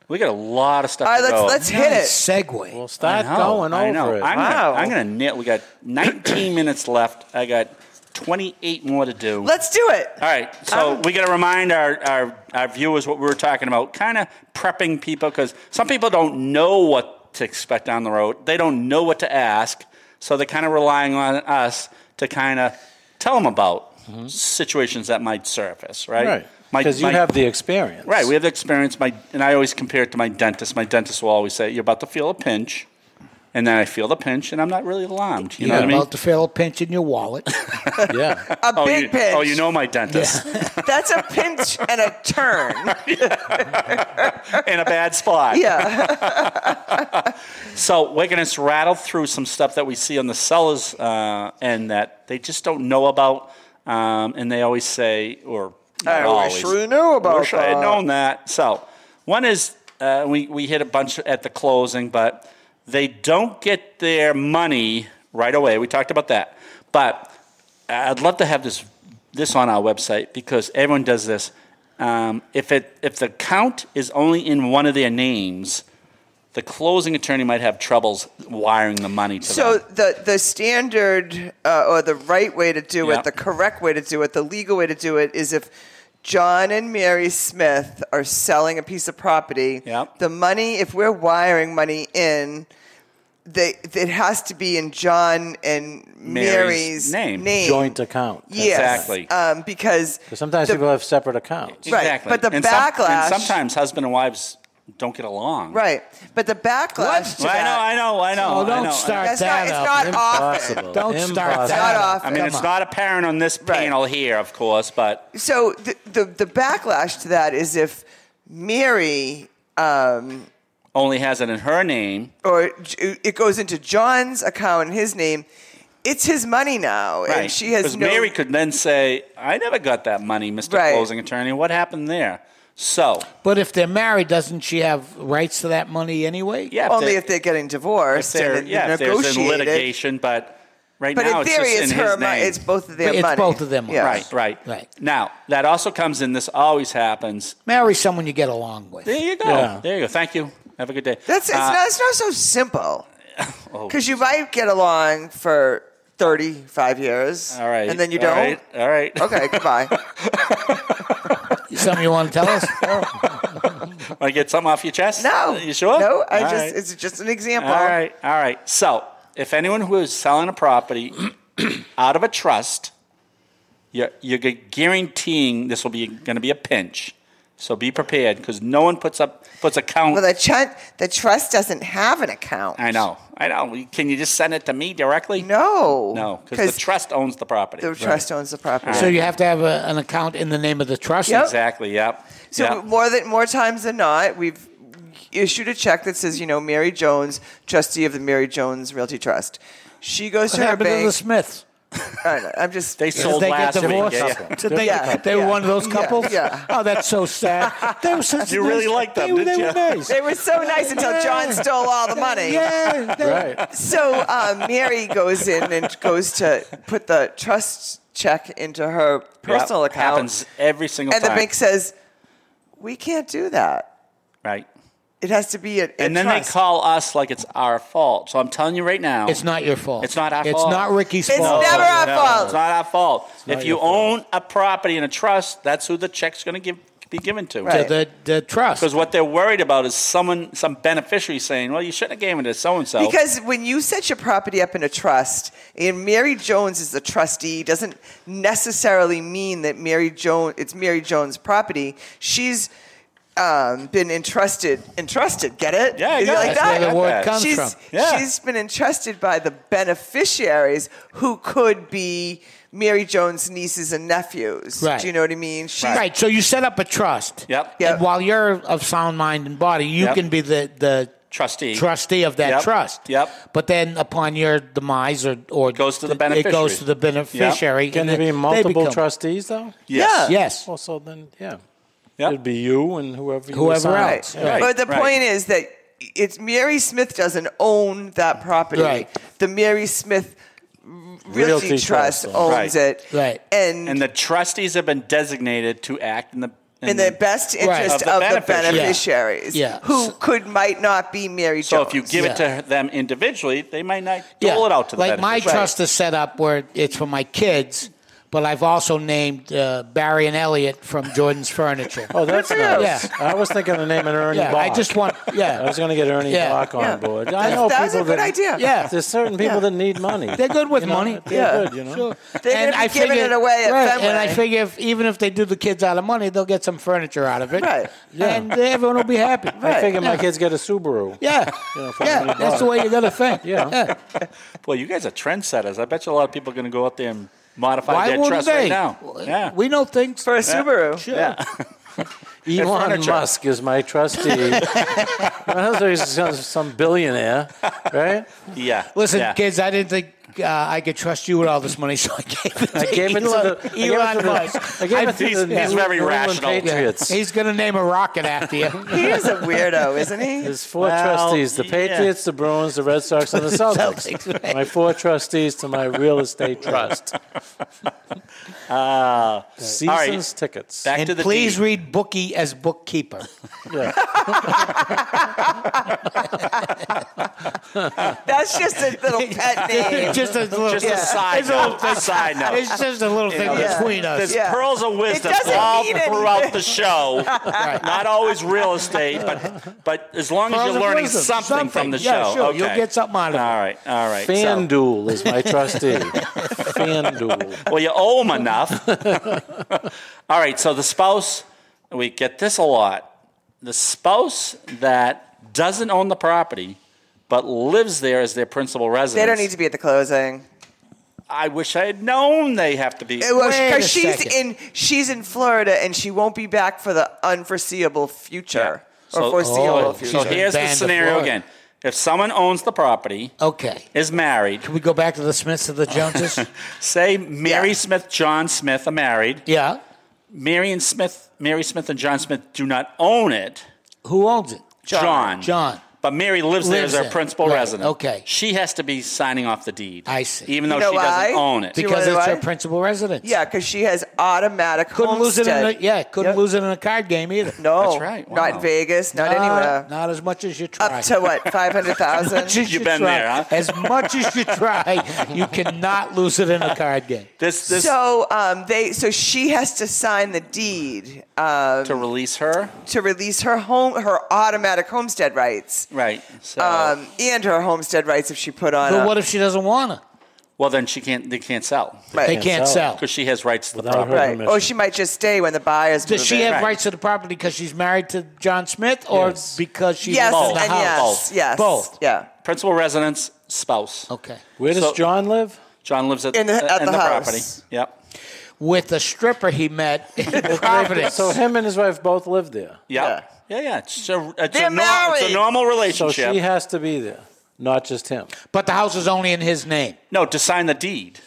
Speaker 8: we got a lot of stuff
Speaker 6: All right,
Speaker 8: to
Speaker 6: let's
Speaker 8: go.
Speaker 6: let's hit
Speaker 7: Nice
Speaker 6: it.
Speaker 7: segue.
Speaker 5: Well, start
Speaker 8: I know,
Speaker 5: going
Speaker 8: I know.
Speaker 5: over it.
Speaker 8: I'm
Speaker 6: Wow.
Speaker 8: gonna, I'm gonna knit. We got 19 minutes left. I got 28 more to do.
Speaker 6: Let's do it.
Speaker 8: All right, so
Speaker 6: Um,
Speaker 8: we got to remind our, our, our viewers what we were talking about, kind of prepping people because some people don't know what to expect on the road. They don't know what to ask, so they're kind of relying on us to kind of tell them about situations that might surface, right?
Speaker 5: Right.
Speaker 8: My-
Speaker 5: Because you
Speaker 8: my-
Speaker 5: have the experience.
Speaker 8: Right, we have the experience. My and I always compare it to my dentist. My dentist will always say, "You're about to feel a pinch," and then I feel the pinch, and I'm not really alarmed. You
Speaker 7: You're
Speaker 8: know what I mean?
Speaker 7: about to feel a pinch in your
Speaker 8: [LAUGHS]
Speaker 7: wallet.
Speaker 5: yeah.
Speaker 6: A
Speaker 8: oh,
Speaker 6: big
Speaker 8: you,
Speaker 6: pinch.
Speaker 8: oh, you know my dentist
Speaker 6: That's a pinch and a turn. [LAUGHS]
Speaker 8: in a bad spot.
Speaker 6: Yeah.
Speaker 8: So we're going to rattle through some stuff that we see on the sellers uh, end that they just don't know about, um, and they always say, or not
Speaker 6: I
Speaker 8: always,
Speaker 6: wish we knew about
Speaker 8: wish I had
Speaker 6: that.
Speaker 8: known that. So one is uh, we we hit a bunch at the closing, but they don't get their money right away. We talked about that, but I'd love to have this this on our website because everyone does this. Um, if it if the count is only in one of their names, the closing attorney might have troubles wiring the money to
Speaker 6: So
Speaker 8: them.
Speaker 6: the the standard uh, or the right way to do
Speaker 8: Yeah.
Speaker 6: it, the correct way to do it, the legal way to do it is if John and Mary Smith are selling a piece of property,
Speaker 8: Yeah.
Speaker 6: the money if we're wiring money in they, it has to be in John and
Speaker 8: Mary's
Speaker 6: Mary's,
Speaker 8: name.
Speaker 5: Joint account.
Speaker 6: Yes,
Speaker 8: Exactly.
Speaker 6: Um, because
Speaker 5: 'Cause sometimes
Speaker 6: the-
Speaker 5: people have separate accounts.
Speaker 6: Right, but the
Speaker 8: and some-
Speaker 6: backlash-
Speaker 8: and sometimes husband and wives don't get along.
Speaker 6: right, but the backlash. To
Speaker 8: Well, I
Speaker 6: that-
Speaker 8: know. I know. I know.
Speaker 7: Oh,
Speaker 8: I
Speaker 7: don't
Speaker 8: know.
Speaker 7: start
Speaker 6: That's not-
Speaker 7: that
Speaker 6: it's
Speaker 7: up.
Speaker 6: not often.
Speaker 5: Impossible.
Speaker 7: Don't start that
Speaker 6: Not
Speaker 7: up.
Speaker 6: often.
Speaker 8: I mean,
Speaker 7: Come
Speaker 8: it's
Speaker 7: on.
Speaker 8: not apparent on this
Speaker 6: Right.
Speaker 8: panel here, of course, but
Speaker 6: so the, the the backlash to that is if Mary um,
Speaker 8: only has it in her name.
Speaker 6: or J- it goes into John's account in his name. It's his money now, and she has
Speaker 8: Because
Speaker 6: no.
Speaker 8: Mary could then say, "I never got that money, Mister
Speaker 6: Right.
Speaker 8: Closing Attorney. What happened there?" So
Speaker 7: But if they're married, doesn't she have rights to that money anyway?
Speaker 8: yeah,
Speaker 6: only
Speaker 8: they-
Speaker 6: if they're getting divorced
Speaker 8: they're
Speaker 6: and
Speaker 8: yeah, if there's in
Speaker 6: negotiated.
Speaker 8: litigation, but right
Speaker 6: But
Speaker 8: now
Speaker 6: in theory,
Speaker 8: it's
Speaker 6: it's,
Speaker 8: just in
Speaker 6: her
Speaker 8: his
Speaker 6: money.
Speaker 8: name.
Speaker 6: It's both of their
Speaker 7: It's
Speaker 6: money.
Speaker 7: both of them.
Speaker 6: Yeah.
Speaker 8: right, right,
Speaker 7: Right.
Speaker 8: Now that also comes in. This always happens.
Speaker 7: Marry someone you get along with.
Speaker 8: There you go.
Speaker 5: Yeah.
Speaker 8: There you go. Thank you. Have a good day.
Speaker 6: That's it's,
Speaker 8: Uh, oh.
Speaker 6: not, it's not so simple. Because you might get along for thirty-five years,
Speaker 8: all right.
Speaker 6: and then you
Speaker 8: all
Speaker 6: don't.
Speaker 8: right, all right. [LAUGHS]
Speaker 6: Okay, goodbye.
Speaker 7: Something you want to tell
Speaker 8: [LAUGHS]
Speaker 7: us?
Speaker 8: Want to get something off your chest?
Speaker 6: No,
Speaker 8: You sure?
Speaker 6: No, I
Speaker 8: All
Speaker 6: just
Speaker 8: right.
Speaker 6: it's just an example.
Speaker 8: All right, all right. So, if anyone who is selling a property [CLEARS THROAT] out of a trust, you're, you're gu- guaranteeing this will be going to be a pinch. So be prepared because no one puts up puts a count.
Speaker 6: Well, the ch- the trust doesn't have an account.
Speaker 8: I know, I know. Can you just send it to me directly?
Speaker 6: No,
Speaker 8: no, because the trust owns the property.
Speaker 6: the trust owns the property.
Speaker 7: so you have to have a, an account in the name of the trust.
Speaker 6: Yep.
Speaker 8: exactly. Yep.
Speaker 6: So
Speaker 8: yep.
Speaker 6: more than more times than not, we've issued a check that says, you know, Mary Jones, trustee of the Mary Jones Realty Trust. She goes
Speaker 7: What
Speaker 6: to her
Speaker 7: happened to the
Speaker 6: bank.
Speaker 7: Smiths?
Speaker 6: I don't know, I'm just
Speaker 8: they
Speaker 7: Did
Speaker 8: sold
Speaker 7: they get
Speaker 8: last week.
Speaker 7: divorced?
Speaker 8: Yeah,
Speaker 5: [LAUGHS]
Speaker 8: yeah.
Speaker 7: Did they,
Speaker 6: Yeah,
Speaker 7: they were
Speaker 6: yeah.
Speaker 7: one of those
Speaker 6: Yeah,
Speaker 7: couples?
Speaker 6: yeah.
Speaker 7: Oh, that's
Speaker 5: [LAUGHS]
Speaker 7: so sad. They were such
Speaker 8: You
Speaker 7: nice-
Speaker 8: really liked them,
Speaker 7: they, were-
Speaker 8: didn't
Speaker 7: they
Speaker 8: you?
Speaker 7: were nice.
Speaker 8: [LAUGHS]
Speaker 6: They were so nice until
Speaker 7: [LAUGHS]
Speaker 6: John stole all the money.
Speaker 7: Yeah. they-
Speaker 5: Right.
Speaker 6: So um, Mary goes in and goes to put the trust check into her personal
Speaker 8: Yep.
Speaker 6: account,
Speaker 8: happens every single
Speaker 6: and the
Speaker 8: time.
Speaker 6: bank says, "We can't do that."
Speaker 8: right.
Speaker 6: It has to be a, a
Speaker 8: And then
Speaker 6: trust.
Speaker 8: they call us like it's our fault. So I'm telling you right now,
Speaker 7: It's not your fault.
Speaker 8: It's not our
Speaker 7: It's
Speaker 8: fault.
Speaker 7: not Ricky's
Speaker 6: It's
Speaker 7: fault.
Speaker 6: never our
Speaker 8: It's
Speaker 6: fault.
Speaker 8: not our fault.
Speaker 5: not
Speaker 8: if you
Speaker 5: your fault.
Speaker 8: own a property in a trust, that's who the check's going to give be given to.
Speaker 6: Right.
Speaker 7: the the trust.
Speaker 8: Because what they're worried about is someone, some beneficiary saying, "Well, you shouldn't have given it to so and so."
Speaker 6: Because when you set your property up in a trust, and Mary Jones is the trustee, doesn't necessarily mean that Mary Jones it's Mary Jones' property. She's um, been entrusted, entrusted. Get it?
Speaker 8: Yeah, I
Speaker 6: Is it
Speaker 8: got
Speaker 6: like
Speaker 8: it.
Speaker 6: that.
Speaker 7: That's where the word comes
Speaker 6: she's,
Speaker 7: from.
Speaker 8: Yeah.
Speaker 6: She's been entrusted by the beneficiaries who could be Mary Jones' nieces and nephews.
Speaker 7: Right.
Speaker 6: Do you know what I mean? She's,
Speaker 7: Right. So you set up a trust.
Speaker 8: Yep.
Speaker 6: Yep.
Speaker 7: And while you're of sound mind and body, you
Speaker 8: Yep.
Speaker 7: can be the, the
Speaker 8: Trustee.
Speaker 7: trustee of that
Speaker 8: Yep.
Speaker 7: trust.
Speaker 8: Yep.
Speaker 7: But then upon your demise or, or
Speaker 8: Goes to the
Speaker 7: It goes
Speaker 8: beneficiary.
Speaker 7: to the beneficiary.
Speaker 5: Can
Speaker 7: and
Speaker 5: there
Speaker 7: they-
Speaker 5: be
Speaker 7: they
Speaker 5: multiple
Speaker 7: become-
Speaker 5: trustees though?
Speaker 6: Yeah.
Speaker 7: Yes.
Speaker 5: Well, so then, yeah.
Speaker 8: Yeah.
Speaker 5: It'd be you and whoever you
Speaker 7: Whoever
Speaker 5: assign.
Speaker 7: else.
Speaker 5: Yeah.
Speaker 8: Right,
Speaker 6: But the
Speaker 8: right.
Speaker 6: point is that it's Mary Smith doesn't own that property.
Speaker 7: Right.
Speaker 6: The Mary Smith Realty,
Speaker 5: Realty
Speaker 6: Trust
Speaker 5: Trust
Speaker 6: owns
Speaker 8: Right.
Speaker 6: it.
Speaker 7: Right.
Speaker 6: And,
Speaker 8: and the trustees have been designated to act in the
Speaker 6: in the best interest
Speaker 8: Of the
Speaker 6: of, the,
Speaker 8: beneficiary.
Speaker 7: Yeah.
Speaker 6: beneficiaries,
Speaker 7: Yeah.
Speaker 6: who could might not be Mary
Speaker 8: So
Speaker 6: Jones.
Speaker 8: if you give it to them individually, they might not
Speaker 7: Yeah.
Speaker 8: dole it out to the
Speaker 7: like my
Speaker 8: beneficiary.
Speaker 7: trust is set up where it's for my kids, but I've also named uh, Barry and Elliot from Jordan's Furniture.
Speaker 5: Oh, that's
Speaker 6: Good for you.
Speaker 5: nice. I was thinking of naming Ernie
Speaker 7: yeah.
Speaker 5: Bach.
Speaker 7: I just want.
Speaker 5: I
Speaker 7: Yeah.
Speaker 5: was going to get Ernie
Speaker 7: Yeah.
Speaker 5: Bach on
Speaker 6: Yeah.
Speaker 5: board. I
Speaker 6: That's-
Speaker 5: know
Speaker 6: that was
Speaker 5: people
Speaker 6: a good
Speaker 5: that,
Speaker 6: idea.
Speaker 7: Yeah.
Speaker 5: There's certain people that need money.
Speaker 7: [LAUGHS] They're good with
Speaker 5: You know,
Speaker 7: money.
Speaker 5: They're
Speaker 6: Yeah.
Speaker 5: good, you know.
Speaker 6: They're gonna be giving it away at
Speaker 7: right, and I
Speaker 6: Fenway.
Speaker 7: figure if, even if they do the kids out of money, they'll get some furniture out of it,
Speaker 6: Right.
Speaker 7: And everyone will be happy.
Speaker 5: I figure my
Speaker 7: Yeah.
Speaker 5: kids get a Subaru.
Speaker 7: Yeah,
Speaker 5: know, for
Speaker 7: yeah,
Speaker 5: money
Speaker 7: that's the
Speaker 5: bought.
Speaker 7: way you got to think.
Speaker 5: [LAUGHS] Yeah.
Speaker 8: Boy, you guys are trendsetters. I bet you a lot of people are going to go out there and modify
Speaker 7: Why
Speaker 8: their
Speaker 7: wouldn't
Speaker 8: trust
Speaker 7: they?
Speaker 8: right now. Yeah.
Speaker 7: We know things.
Speaker 6: for a
Speaker 8: [LAUGHS]
Speaker 6: Subaru.
Speaker 8: yeah.
Speaker 5: Elon
Speaker 8: furniture.
Speaker 5: Musk is my
Speaker 8: [LAUGHS]
Speaker 5: trustee. my husband is some- some billionaire, right?
Speaker 8: yeah.
Speaker 7: Listen,
Speaker 8: yeah.
Speaker 7: kids, I didn't think uh, I could trust you with all this money, [LAUGHS] so I gave it to
Speaker 5: I gave it to
Speaker 7: Elon,
Speaker 5: the- I gave it
Speaker 7: Elon
Speaker 5: to the-
Speaker 7: Musk.
Speaker 5: I gave it to
Speaker 8: [LAUGHS] He's-
Speaker 5: the
Speaker 8: he's
Speaker 5: New
Speaker 8: very
Speaker 5: England
Speaker 8: rational. Yeah.
Speaker 5: Patriots.
Speaker 7: He's going to name a rocket after you.
Speaker 6: He is a weirdo, isn't
Speaker 8: [LAUGHS]
Speaker 6: he?
Speaker 5: There's four
Speaker 8: Well,
Speaker 5: trustees: the
Speaker 8: yeah.
Speaker 5: Patriots, the Bruins, the Red Sox,
Speaker 8: [LAUGHS]
Speaker 5: and the Celtics.
Speaker 7: Celtics, right.
Speaker 5: My four trustees to my real
Speaker 8: [LAUGHS]
Speaker 5: estate trust. Seasons
Speaker 8: Uh, right.
Speaker 5: tickets.
Speaker 8: Back to
Speaker 7: and
Speaker 8: the
Speaker 7: please
Speaker 8: deed.
Speaker 7: read Bookie as bookkeeper.
Speaker 5: Yeah.
Speaker 6: That's just a little pet
Speaker 8: [LAUGHS]
Speaker 6: name.
Speaker 7: just a little,
Speaker 8: Just
Speaker 7: yeah.
Speaker 8: a [LAUGHS] side note. A side note.
Speaker 7: It's just a little thing
Speaker 8: Yeah.
Speaker 7: between us.
Speaker 8: There's
Speaker 6: Yeah.
Speaker 8: pearls of wisdom
Speaker 6: doesn't
Speaker 8: all
Speaker 6: mean
Speaker 8: throughout
Speaker 6: anything.
Speaker 8: the [LAUGHS] show. Not always real estate, but but as long as
Speaker 7: Pearls
Speaker 8: you're
Speaker 7: of
Speaker 8: learning
Speaker 7: wisdom,
Speaker 8: something, from
Speaker 7: something.
Speaker 8: the
Speaker 7: Yeah,
Speaker 8: show,
Speaker 7: sure.
Speaker 8: Oh, okay.
Speaker 7: You'll get something out of it.
Speaker 8: All right, all right. so-
Speaker 5: FanDuel is my trustee.
Speaker 8: [LAUGHS]
Speaker 5: FanDuel.
Speaker 8: well, you owe them enough. all right. So the spouse, we get this a lot. The spouse that doesn't own the property but lives there as their principal residence.
Speaker 6: They don't need to be at the closing.
Speaker 8: I wish I had known they have to be.
Speaker 6: It was
Speaker 7: Wait a
Speaker 6: because she's
Speaker 7: second.
Speaker 6: in she's in Florida and she won't be back for the unforeseeable future or
Speaker 8: So-
Speaker 6: foreseeable
Speaker 7: Oh,
Speaker 6: future.
Speaker 8: so
Speaker 7: been
Speaker 8: here's the
Speaker 7: banned to
Speaker 8: scenario
Speaker 7: Florida.
Speaker 8: again. If someone owns the property,
Speaker 7: Okay.
Speaker 8: is married,
Speaker 7: Can we go back to the Smiths of the Joneses?
Speaker 8: Say Mary
Speaker 6: Yeah.
Speaker 8: Smith, John Smith are married.
Speaker 7: yeah.
Speaker 8: Mary and Smith, Mary Smith and John Smith do not own it.
Speaker 7: Who owns it?
Speaker 8: John. John.
Speaker 7: John.
Speaker 8: But Mary lives, there
Speaker 7: Lives
Speaker 8: as her
Speaker 7: there.
Speaker 8: principal
Speaker 7: Right.
Speaker 8: resident.
Speaker 7: Okay.
Speaker 8: She has to be signing off the deed.
Speaker 7: I see.
Speaker 8: Even though
Speaker 6: You know
Speaker 8: she
Speaker 6: why?
Speaker 8: doesn't own it.
Speaker 6: Do you
Speaker 7: Because
Speaker 6: wanna
Speaker 7: it's
Speaker 6: know
Speaker 7: her
Speaker 6: why?
Speaker 7: principal residence.
Speaker 6: Yeah, because she has automatic
Speaker 7: Couldn't
Speaker 6: homestead.
Speaker 7: lose it in a yeah, couldn't
Speaker 6: Yep.
Speaker 7: lose it in a card game either.
Speaker 6: No,
Speaker 8: That's right.
Speaker 6: Not
Speaker 8: Wow.
Speaker 6: in Vegas, not anywhere.
Speaker 7: Not as much as you try.
Speaker 6: Up to what?
Speaker 7: [LAUGHS]
Speaker 6: Five hundred thousand.
Speaker 8: You've been
Speaker 7: try.
Speaker 8: there, huh?
Speaker 7: As much as you try, you cannot lose it in a card game.
Speaker 8: This this
Speaker 6: So um, they, so she has to sign the deed um,
Speaker 8: to release her.
Speaker 6: to release her home, her automatic homestead rights,
Speaker 8: Right. So
Speaker 6: um, and her homestead rights if she put on.
Speaker 7: Oh. But
Speaker 6: a,
Speaker 7: what if she doesn't want to?
Speaker 8: well then she can't they can't sell.
Speaker 6: right,
Speaker 7: They can't sell.
Speaker 8: Because she has rights to the
Speaker 5: Without her-
Speaker 8: property.
Speaker 6: right.
Speaker 5: permission.
Speaker 6: Or she might just stay when the buyers.
Speaker 7: Does
Speaker 6: move in.
Speaker 7: she have
Speaker 8: Right.
Speaker 7: rights to the property because she's married to John Smith, or
Speaker 5: Yes.
Speaker 7: because she
Speaker 6: Yes,
Speaker 7: lives in
Speaker 6: and
Speaker 8: Both.
Speaker 7: the
Speaker 6: yes,
Speaker 7: house?
Speaker 6: yes,
Speaker 7: Both.
Speaker 6: Yeah,
Speaker 8: Principal residence, spouse.
Speaker 7: Okay.
Speaker 5: Where does
Speaker 8: So-
Speaker 5: John live?
Speaker 8: John lives at,
Speaker 6: In the- at
Speaker 8: in
Speaker 6: the
Speaker 8: the
Speaker 6: house.
Speaker 8: property. Yep.
Speaker 7: With a stripper he met in
Speaker 6: [LAUGHS]
Speaker 7: Providence.
Speaker 5: So him and his wife both live there.
Speaker 8: Yep. Yeah, yeah. It's a, it's
Speaker 6: They're
Speaker 8: a, nor- it's
Speaker 6: married.
Speaker 8: a normal
Speaker 5: So
Speaker 8: relationship.
Speaker 5: she has to be there, not just him.
Speaker 7: but the house is only in his name.
Speaker 8: no, to sign the deed.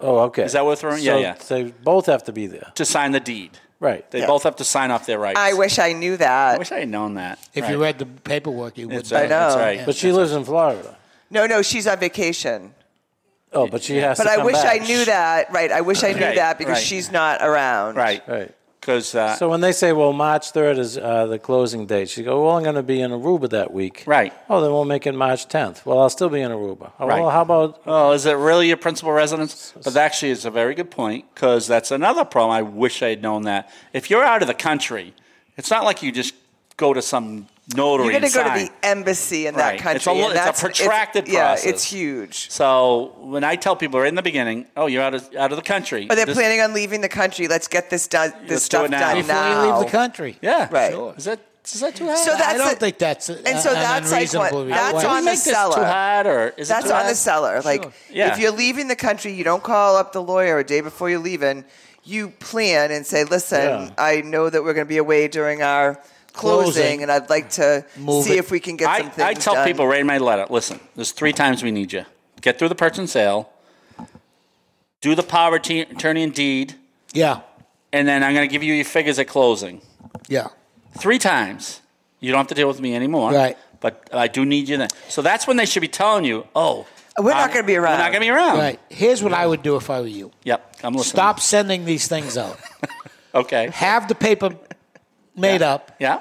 Speaker 5: Oh, okay.
Speaker 8: Is that what they're-
Speaker 5: So
Speaker 8: yeah, yeah.
Speaker 5: They both have to be there.
Speaker 8: to sign the deed.
Speaker 5: Right.
Speaker 8: They
Speaker 5: Yeah.
Speaker 8: both have to sign off their rights.
Speaker 6: I wish I knew
Speaker 8: I
Speaker 6: that.
Speaker 8: wish I had known that.
Speaker 7: If
Speaker 8: Right.
Speaker 7: you read the paperwork, you would
Speaker 8: It's,
Speaker 7: know.
Speaker 8: uh,
Speaker 6: I know.
Speaker 8: That's right.
Speaker 5: But she lives in Florida.
Speaker 6: no, no, she's on vacation.
Speaker 5: Oh, but she has
Speaker 6: But
Speaker 5: to
Speaker 6: I
Speaker 5: come
Speaker 6: wish I
Speaker 5: back.
Speaker 6: knew that. Right. I wish I knew
Speaker 8: Right,
Speaker 6: that because
Speaker 8: right.
Speaker 6: she's not around.
Speaker 8: right.
Speaker 5: Right.
Speaker 8: because uh,
Speaker 5: So when they say, well, March 3rd is uh, the closing date, she go, well, I'm going to be in Aruba that week.
Speaker 8: Right.
Speaker 5: Oh, then we'll make it March 10th. Well, I'll still be in Aruba. Oh,
Speaker 8: Right.
Speaker 5: Well, how about
Speaker 8: Oh, is it really your principal residence? But actually, it's a very good point because that's another problem. I wish I had known that. If you're out of the country, it's not like you just go to some notary.
Speaker 6: You're going to
Speaker 8: and
Speaker 6: go to
Speaker 8: sign.
Speaker 6: the embassy in that
Speaker 8: Right. It's
Speaker 6: country.
Speaker 8: a lo-
Speaker 6: and
Speaker 8: it's a
Speaker 6: that's-
Speaker 8: protracted process.
Speaker 6: Yeah, it's huge.
Speaker 8: So when I tell people right in the beginning, oh, you're out of out of the country,
Speaker 6: But they're
Speaker 8: this-
Speaker 6: planning on leaving the country. Let's get this done. This
Speaker 8: Let's do
Speaker 6: stuff
Speaker 8: it now.
Speaker 6: done
Speaker 7: before
Speaker 6: now.
Speaker 7: you leave the country.
Speaker 8: Yeah,
Speaker 6: Right.
Speaker 7: Sure.
Speaker 8: Is that is that too hard?
Speaker 6: So that-
Speaker 7: I
Speaker 6: that's
Speaker 7: don't
Speaker 6: a-
Speaker 7: think that's a,
Speaker 6: and so
Speaker 7: an
Speaker 6: that's like what-
Speaker 7: unreasonable
Speaker 6: that's
Speaker 7: request.
Speaker 8: Can we
Speaker 6: on the
Speaker 8: make this too
Speaker 6: seller.
Speaker 8: hard, or is it
Speaker 6: That's
Speaker 8: too
Speaker 6: on the
Speaker 8: hard?
Speaker 6: seller. Like,
Speaker 8: Yeah.
Speaker 6: if you're leaving the country, you don't call up the lawyer a day before you're leaving. You plan and say, "Listen,
Speaker 5: Yeah.
Speaker 6: I know that we're going to be away during our closing,
Speaker 7: Closing.
Speaker 6: and I'd like to
Speaker 7: Move
Speaker 6: see
Speaker 7: it.
Speaker 6: if we can get some
Speaker 8: I,
Speaker 6: things
Speaker 8: I tell
Speaker 6: done."
Speaker 8: people right in my letter listen, there's three times we need you. Get through the purchase and sale, do the power t- attorney and deed,
Speaker 7: Yeah,
Speaker 8: and then I'm going to give you your figures at closing.
Speaker 7: yeah.
Speaker 8: Three times. You don't have to deal with me anymore.
Speaker 7: Right.
Speaker 8: But I do need you then. So that's when they should be telling you, oh,
Speaker 6: We're not
Speaker 8: I'm-
Speaker 6: gonna be
Speaker 8: We're
Speaker 6: around.
Speaker 8: not going to be around.
Speaker 7: Right. Here's what I would do if I were you.
Speaker 8: Yep. I'm listening.
Speaker 7: Stop sending these things out.
Speaker 8: Okay.
Speaker 7: Have the paper made up.
Speaker 8: Yeah.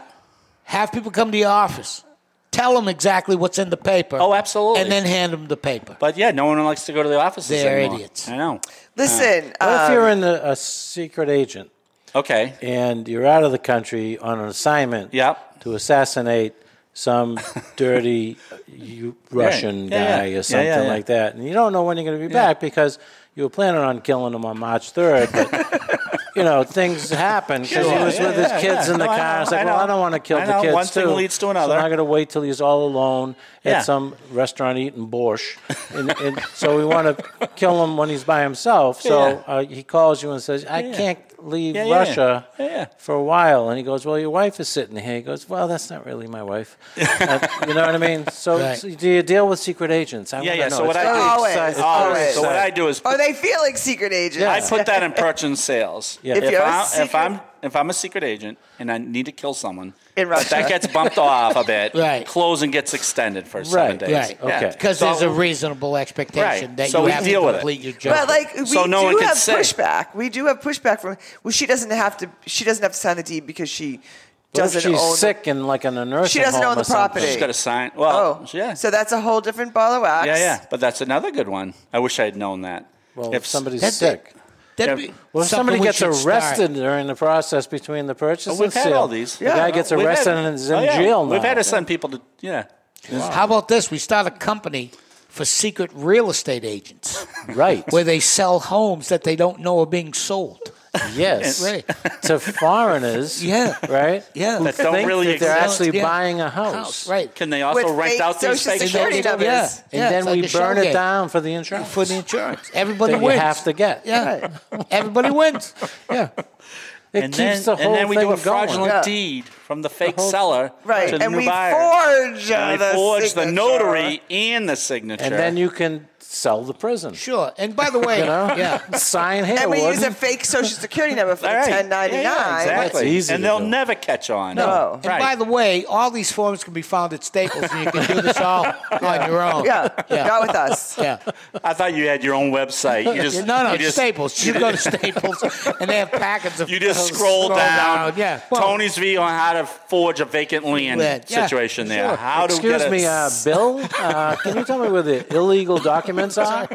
Speaker 7: Have people come to your office. Tell them exactly what's in the paper.
Speaker 8: Oh, absolutely.
Speaker 7: And then hand them the paper.
Speaker 8: But yeah, no one likes to go to the offices
Speaker 7: They're
Speaker 8: anymore.
Speaker 7: idiots.
Speaker 8: I know.
Speaker 6: Listen,
Speaker 5: what if
Speaker 6: um,
Speaker 5: you're in a, a secret agent
Speaker 8: Okay.
Speaker 5: and you're out of the country on an assignment
Speaker 8: Yep.
Speaker 5: to assassinate
Speaker 8: [LAUGHS]
Speaker 5: some dirty you, Russian
Speaker 8: Yeah, yeah.
Speaker 5: guy
Speaker 8: Yeah, yeah,
Speaker 5: or something
Speaker 8: yeah.
Speaker 5: like that, and you don't know when you're going to be back because you were planning on killing him on March 3rd.
Speaker 8: [LAUGHS]
Speaker 5: But, you know, things happen because
Speaker 8: Sure.
Speaker 5: he was
Speaker 8: Yeah,
Speaker 5: with
Speaker 8: yeah,
Speaker 5: his kids
Speaker 8: yeah.
Speaker 5: in the
Speaker 8: No, I
Speaker 5: car.
Speaker 8: know,
Speaker 5: It's like,
Speaker 8: I
Speaker 5: well, I
Speaker 8: know.
Speaker 5: don't want to kill
Speaker 8: I
Speaker 5: the
Speaker 8: know.
Speaker 5: kids
Speaker 8: One
Speaker 5: too.
Speaker 8: thing leads to another.
Speaker 5: So I'm going to wait till he's all alone
Speaker 8: Yeah.
Speaker 5: at some restaurant eating borscht, and, and so we want to kill him when he's by himself. So
Speaker 8: Yeah.
Speaker 5: uh, he calls you and says, "I
Speaker 8: Yeah.
Speaker 5: can't leave
Speaker 8: Yeah, yeah.
Speaker 5: Russia
Speaker 8: Yeah, yeah.
Speaker 5: for a while. And he goes, Well, your wife is sitting here. He goes, Well, that's not really my wife. Uh, you know what I mean? So,
Speaker 7: Right.
Speaker 5: so do you deal with secret agents? I
Speaker 8: Yeah,
Speaker 5: wanna
Speaker 8: yeah.
Speaker 5: know.
Speaker 8: So what
Speaker 5: It's
Speaker 8: I do,
Speaker 5: very
Speaker 6: Always,
Speaker 5: exciting. It's very
Speaker 6: always. Oh,
Speaker 8: so what I
Speaker 5: exciting.
Speaker 8: do is
Speaker 6: are they feeling secret agents?
Speaker 5: Yeah.
Speaker 8: I put that
Speaker 5: [LAUGHS]
Speaker 8: in purchase and sales.
Speaker 5: Yeah.
Speaker 8: If,
Speaker 5: If
Speaker 6: you're a
Speaker 8: I'm, if
Speaker 6: secret-
Speaker 8: I'm if I'm a secret agent and I need to kill someone,
Speaker 6: In Russia.
Speaker 8: that gets bumped off a
Speaker 5: [LAUGHS]
Speaker 8: bit.
Speaker 7: Right.
Speaker 8: Closing gets extended for seven
Speaker 5: Right,
Speaker 8: days.
Speaker 7: Right.
Speaker 8: Yeah.
Speaker 5: Okay.
Speaker 7: Because
Speaker 8: So-
Speaker 7: there's a reasonable expectation
Speaker 8: Right.
Speaker 7: that
Speaker 8: So
Speaker 7: you
Speaker 8: we
Speaker 7: have
Speaker 8: deal
Speaker 7: to
Speaker 8: with it.
Speaker 7: complete your job.
Speaker 6: But like we
Speaker 8: So no
Speaker 6: do
Speaker 8: one can
Speaker 6: have
Speaker 8: say.
Speaker 6: pushback. We do have pushback from. Well, she doesn't have to. She doesn't have to sign the deed because she
Speaker 5: What if
Speaker 6: doesn't
Speaker 5: she's
Speaker 6: own. the-
Speaker 5: sick and like in a nursing
Speaker 6: doesn't
Speaker 5: home
Speaker 6: own the
Speaker 5: or something?
Speaker 6: property.
Speaker 8: She's got to sign. Well,
Speaker 6: oh,
Speaker 8: yeah.
Speaker 6: So that's a whole different ball of wax.
Speaker 8: yeah, yeah. But that's another good one. I wish I had known that.
Speaker 5: Well,
Speaker 8: if
Speaker 5: if somebody's
Speaker 7: That's
Speaker 5: sick.
Speaker 7: it. That'd
Speaker 8: Yeah.
Speaker 7: be
Speaker 5: Well, if
Speaker 7: something
Speaker 5: somebody
Speaker 7: we
Speaker 5: gets
Speaker 7: should start.
Speaker 5: arrested during the process between the purchase
Speaker 8: [LAUGHS] we've
Speaker 5: and
Speaker 8: had
Speaker 5: sale,
Speaker 8: all these.
Speaker 5: the
Speaker 8: Yeah.
Speaker 5: guy gets
Speaker 8: We've had-
Speaker 5: arrested and is in
Speaker 8: oh, yeah.
Speaker 5: jail now.
Speaker 8: We've had to send people to. Yeah.
Speaker 7: How about this? We start a company for secret real estate agents
Speaker 5: [LAUGHS] right.
Speaker 7: where they sell homes that they don't know are being sold.
Speaker 5: [LAUGHS] yes.
Speaker 7: Right.
Speaker 5: To foreigners.
Speaker 7: [LAUGHS] Yeah.
Speaker 5: Right?
Speaker 7: Yeah.
Speaker 5: Who
Speaker 7: That
Speaker 8: don't
Speaker 5: think
Speaker 8: really
Speaker 5: that they're
Speaker 8: exist.
Speaker 5: actually
Speaker 7: Yeah.
Speaker 5: buying a
Speaker 7: House, right.
Speaker 8: Can they also
Speaker 6: With
Speaker 8: rent
Speaker 6: fake
Speaker 8: out these
Speaker 6: social
Speaker 8: fake
Speaker 6: security
Speaker 8: social-
Speaker 6: numbers.
Speaker 7: Yeah.
Speaker 5: And
Speaker 7: yeah,
Speaker 5: then
Speaker 7: it's like
Speaker 5: we
Speaker 7: a
Speaker 5: burn it
Speaker 7: shell game.
Speaker 5: down for the insurance.
Speaker 7: for the insurance. Everybody
Speaker 5: That you
Speaker 7: wins.
Speaker 5: have to get.
Speaker 7: Yeah. Everybody wins.
Speaker 5: Yeah.
Speaker 8: [LAUGHS]
Speaker 5: It
Speaker 8: And then,
Speaker 5: keeps the whole
Speaker 8: and then we
Speaker 5: thing
Speaker 8: do a
Speaker 5: going.
Speaker 8: fraudulent
Speaker 6: Yeah.
Speaker 8: deed from the fake
Speaker 5: whole-
Speaker 8: seller
Speaker 6: Right.
Speaker 8: to the
Speaker 6: and
Speaker 8: new
Speaker 6: we
Speaker 8: buyer.
Speaker 6: forge. uh,
Speaker 8: and they forge the
Speaker 6: signature.
Speaker 8: notary and the signature.
Speaker 5: And then you can sell the prison.
Speaker 7: Sure. And by the way,
Speaker 5: You know?
Speaker 7: yeah.
Speaker 5: Sign here.
Speaker 6: And we use a
Speaker 5: Warden.
Speaker 6: fake social security number
Speaker 8: [LAUGHS]
Speaker 6: for the
Speaker 8: All right.
Speaker 6: 1099.
Speaker 8: Yeah, yeah, exactly.
Speaker 5: That's easy
Speaker 8: and
Speaker 5: to
Speaker 8: they'll
Speaker 5: do.
Speaker 8: never catch on.
Speaker 6: No.
Speaker 7: And by the way, all these forms can be found at Staples, and you can do this
Speaker 8: [LAUGHS]
Speaker 7: all on your own.
Speaker 6: Yeah.
Speaker 7: Yeah.
Speaker 6: Not with us.
Speaker 7: Yeah.
Speaker 8: I thought you had your own website.
Speaker 5: [LAUGHS]
Speaker 8: You just
Speaker 7: no, no,
Speaker 8: you just,
Speaker 7: Staples. You go to Staples, and they have packets of.
Speaker 8: [LAUGHS]
Speaker 5: [LAUGHS]
Speaker 8: You just scroll, down.
Speaker 7: Yeah.
Speaker 8: Tony's view on how to forge a vacant land
Speaker 7: Yeah, yeah,
Speaker 8: situation there.
Speaker 7: sure.
Speaker 8: How to
Speaker 5: Excuse
Speaker 8: get a-
Speaker 5: me, [LAUGHS] uh, Bill. Uh, can you tell me where the illegal documents are?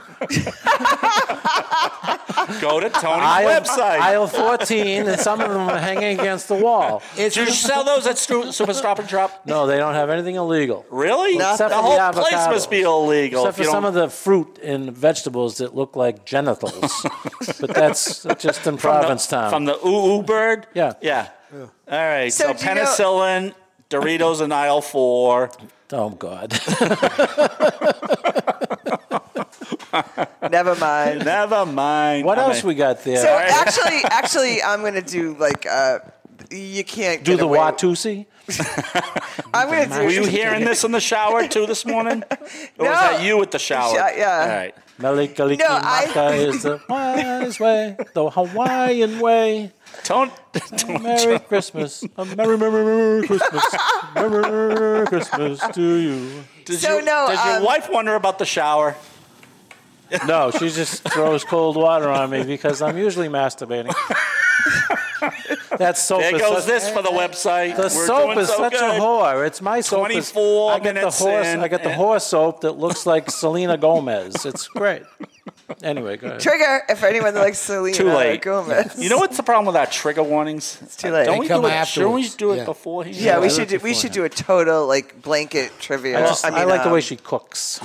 Speaker 8: go to Tony's
Speaker 5: [LAUGHS] aisle,
Speaker 8: website.
Speaker 5: aisle 14, and some of them are hanging against the wall.
Speaker 8: Do you sell those at Stru- Super Stop and Shop?
Speaker 5: No, they don't have anything illegal.
Speaker 8: Really?
Speaker 5: Except
Speaker 8: the
Speaker 5: for
Speaker 8: whole
Speaker 5: the
Speaker 8: place
Speaker 5: avocados.
Speaker 8: must be illegal.
Speaker 5: Except
Speaker 8: if
Speaker 5: for
Speaker 8: you
Speaker 5: some
Speaker 8: don't-
Speaker 5: of the fruit and vegetables that look like genitals.
Speaker 8: [LAUGHS]
Speaker 5: but that's just in Provincetown.
Speaker 8: From the ooh ooh bird?
Speaker 5: Yeah.
Speaker 8: Yeah. All right. So,
Speaker 6: So do you know-
Speaker 8: penicillin, Doritos in aisle four.
Speaker 5: oh,
Speaker 8: [LAUGHS]
Speaker 5: God.
Speaker 6: Never mind.
Speaker 8: Never mind.
Speaker 5: what
Speaker 8: I
Speaker 5: else
Speaker 8: mean-
Speaker 5: we got there?
Speaker 6: So actually, actually, I'm gonna do like uh, you can't
Speaker 5: Do
Speaker 6: get
Speaker 5: the
Speaker 6: away.
Speaker 5: Watusi?
Speaker 6: I'm gonna do.
Speaker 8: Were you hearing this in the shower too this morning? Or was that you at the shower?
Speaker 6: Yeah, yeah.
Speaker 8: All right.
Speaker 5: Malikaliki
Speaker 6: No, I-
Speaker 5: Maka is
Speaker 8: [LAUGHS]
Speaker 5: the wise way, the Hawaiian way.
Speaker 8: Don't. [LAUGHS]
Speaker 5: Merry Christmas. A merry, merry, merry Christmas. Merry, merry Christmas to you.
Speaker 8: Did
Speaker 6: So,
Speaker 8: you,
Speaker 6: no,
Speaker 8: Did your
Speaker 6: um,
Speaker 8: wife wonder about the shower?
Speaker 5: No, she just throws cold water on me because I'm usually masturbating. [LAUGHS] That soap
Speaker 8: There
Speaker 5: is
Speaker 8: goes
Speaker 5: such,
Speaker 8: this for the website.
Speaker 5: The
Speaker 8: We're
Speaker 5: soap
Speaker 8: doing
Speaker 5: is
Speaker 8: so
Speaker 5: such
Speaker 8: good.
Speaker 5: a whore. It's my soap. is-
Speaker 8: 24
Speaker 5: I get
Speaker 8: minutes
Speaker 5: the horse.
Speaker 8: in,
Speaker 5: I get the
Speaker 8: and-
Speaker 5: horse soap that looks like Selena Gomez. It's great. Anyway, go ahead.
Speaker 6: Trigger if anyone that likes Selena
Speaker 8: Too late.
Speaker 6: Gomez.
Speaker 8: You know what's the problem with our trigger warnings? It's
Speaker 6: too late.
Speaker 8: Don't
Speaker 6: They
Speaker 8: we
Speaker 7: come
Speaker 8: do it? Should we
Speaker 7: afterwards.
Speaker 8: do it
Speaker 7: Yeah.
Speaker 8: beforehand?
Speaker 6: Yeah, we
Speaker 5: I
Speaker 6: should
Speaker 5: like
Speaker 6: do,
Speaker 5: it
Speaker 6: we should do a
Speaker 5: beforehand.
Speaker 6: total like blanket trivia.
Speaker 5: I, just, I,
Speaker 6: mean,
Speaker 5: like the
Speaker 6: um,
Speaker 5: way she cooks.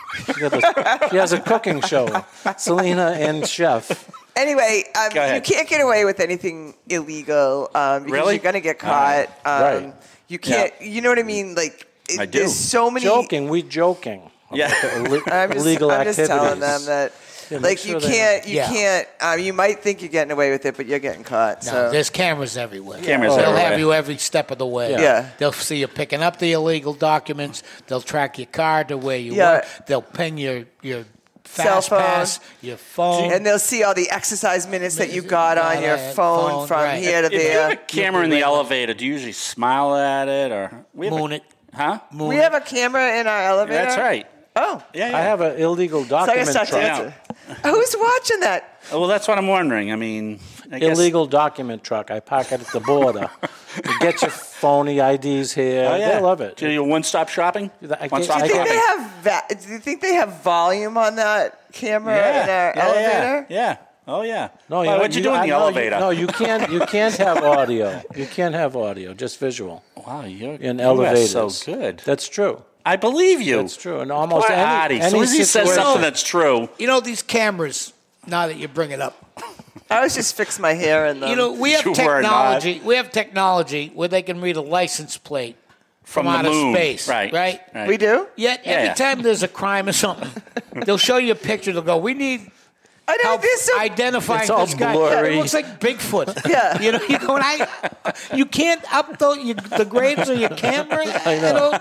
Speaker 5: [LAUGHS] she, got this- she has a cooking show, Selena and Chef.
Speaker 6: Anyway, um,
Speaker 8: Go
Speaker 6: you
Speaker 8: ahead.
Speaker 6: can't get away with anything illegal um, because
Speaker 8: Really?
Speaker 6: you're going to get caught. um,
Speaker 5: right.
Speaker 6: You can't. You know what I mean? Like, it,
Speaker 8: I do.
Speaker 6: there's so many.
Speaker 5: Joking, we joking.
Speaker 8: Yeah.
Speaker 5: Ille-
Speaker 6: I'm just,
Speaker 5: illegal
Speaker 6: I'm just
Speaker 5: activities.
Speaker 6: telling them that.
Speaker 5: make
Speaker 6: like
Speaker 5: sure
Speaker 6: you
Speaker 5: they
Speaker 6: can't, you
Speaker 7: Yeah.
Speaker 6: can't. Um, you might think you're getting away with it, but you're getting caught.
Speaker 7: No,
Speaker 6: so
Speaker 7: there's cameras everywhere.
Speaker 8: Cameras
Speaker 7: They'll
Speaker 8: everywhere.
Speaker 7: have you every step of the way.
Speaker 5: Yeah.
Speaker 6: Yeah.
Speaker 7: They'll see you picking up the illegal documents. They'll track your car to where you
Speaker 6: Yeah.
Speaker 7: were. They'll ping your your
Speaker 6: Cell
Speaker 7: fast pass, your phone.
Speaker 6: and they'll see all the exercise minutes that you got on your
Speaker 7: Right,
Speaker 6: phone,
Speaker 7: phone,
Speaker 6: from
Speaker 7: right.
Speaker 6: here to
Speaker 8: If you have a
Speaker 6: there.
Speaker 8: camera in the elevator, do you usually smile at it or we have a-
Speaker 7: Moon it.
Speaker 8: Huh?
Speaker 7: Moon
Speaker 6: We
Speaker 7: it.
Speaker 6: have a camera in our elevator.
Speaker 8: That's right.
Speaker 6: Oh,
Speaker 8: Yeah, yeah.
Speaker 5: I have an illegal
Speaker 6: so I gotta
Speaker 5: document
Speaker 6: stop
Speaker 5: truck.
Speaker 6: dancing. Who's watching that?
Speaker 8: Well, that's what I'm wondering. I mean, I guess-
Speaker 5: illegal document truck. I park it at the border. you get your phony IDs here.
Speaker 8: Oh, yeah.
Speaker 5: They love it.
Speaker 8: Do you one-stop shopping?
Speaker 5: I can't-
Speaker 8: One-stop
Speaker 5: I
Speaker 6: Do you
Speaker 5: can't-
Speaker 6: think they
Speaker 8: shopping.
Speaker 6: have va- Do you think they have volume on that camera in
Speaker 8: yeah.
Speaker 6: our
Speaker 8: yeah, yeah,
Speaker 6: elevator?
Speaker 8: Yeah. Oh yeah.
Speaker 5: No,
Speaker 8: Why,
Speaker 5: know,
Speaker 8: what'd you, do in
Speaker 5: I know
Speaker 8: the
Speaker 5: you-
Speaker 8: elevator?
Speaker 5: no, you can't. You can't have audio. You can't have audio. Just visual
Speaker 8: wow, you're
Speaker 5: in
Speaker 8: you are
Speaker 5: elevators.
Speaker 8: so good.
Speaker 5: That's true.
Speaker 8: I believe you.
Speaker 5: That's true. And almost
Speaker 8: Poor
Speaker 5: any,
Speaker 8: Artie.
Speaker 5: any
Speaker 8: As soon as he says
Speaker 5: situation-
Speaker 8: something that's true,
Speaker 7: you know these cameras. Now that you bring it up,
Speaker 6: I always just fix my hair and
Speaker 7: you know we have
Speaker 8: You were not.
Speaker 7: technology. We have technology where they can read a license plate
Speaker 8: from,
Speaker 7: from,
Speaker 8: the
Speaker 7: outer
Speaker 8: moon.
Speaker 7: space,
Speaker 8: Right.
Speaker 7: Right.
Speaker 6: we do.
Speaker 7: Yet every
Speaker 8: yeah.
Speaker 7: time there's a crime or something, they'll show you a picture. They'll go, "We need
Speaker 6: I know
Speaker 7: help
Speaker 6: this. So,
Speaker 7: identifying
Speaker 5: It's all
Speaker 7: this guy.
Speaker 5: blurry.
Speaker 7: Yeah, it looks like Bigfoot.
Speaker 6: Yeah.
Speaker 7: you know, [LAUGHS] you go, and I, you can't up the, you, the grades of your camera. I know. You know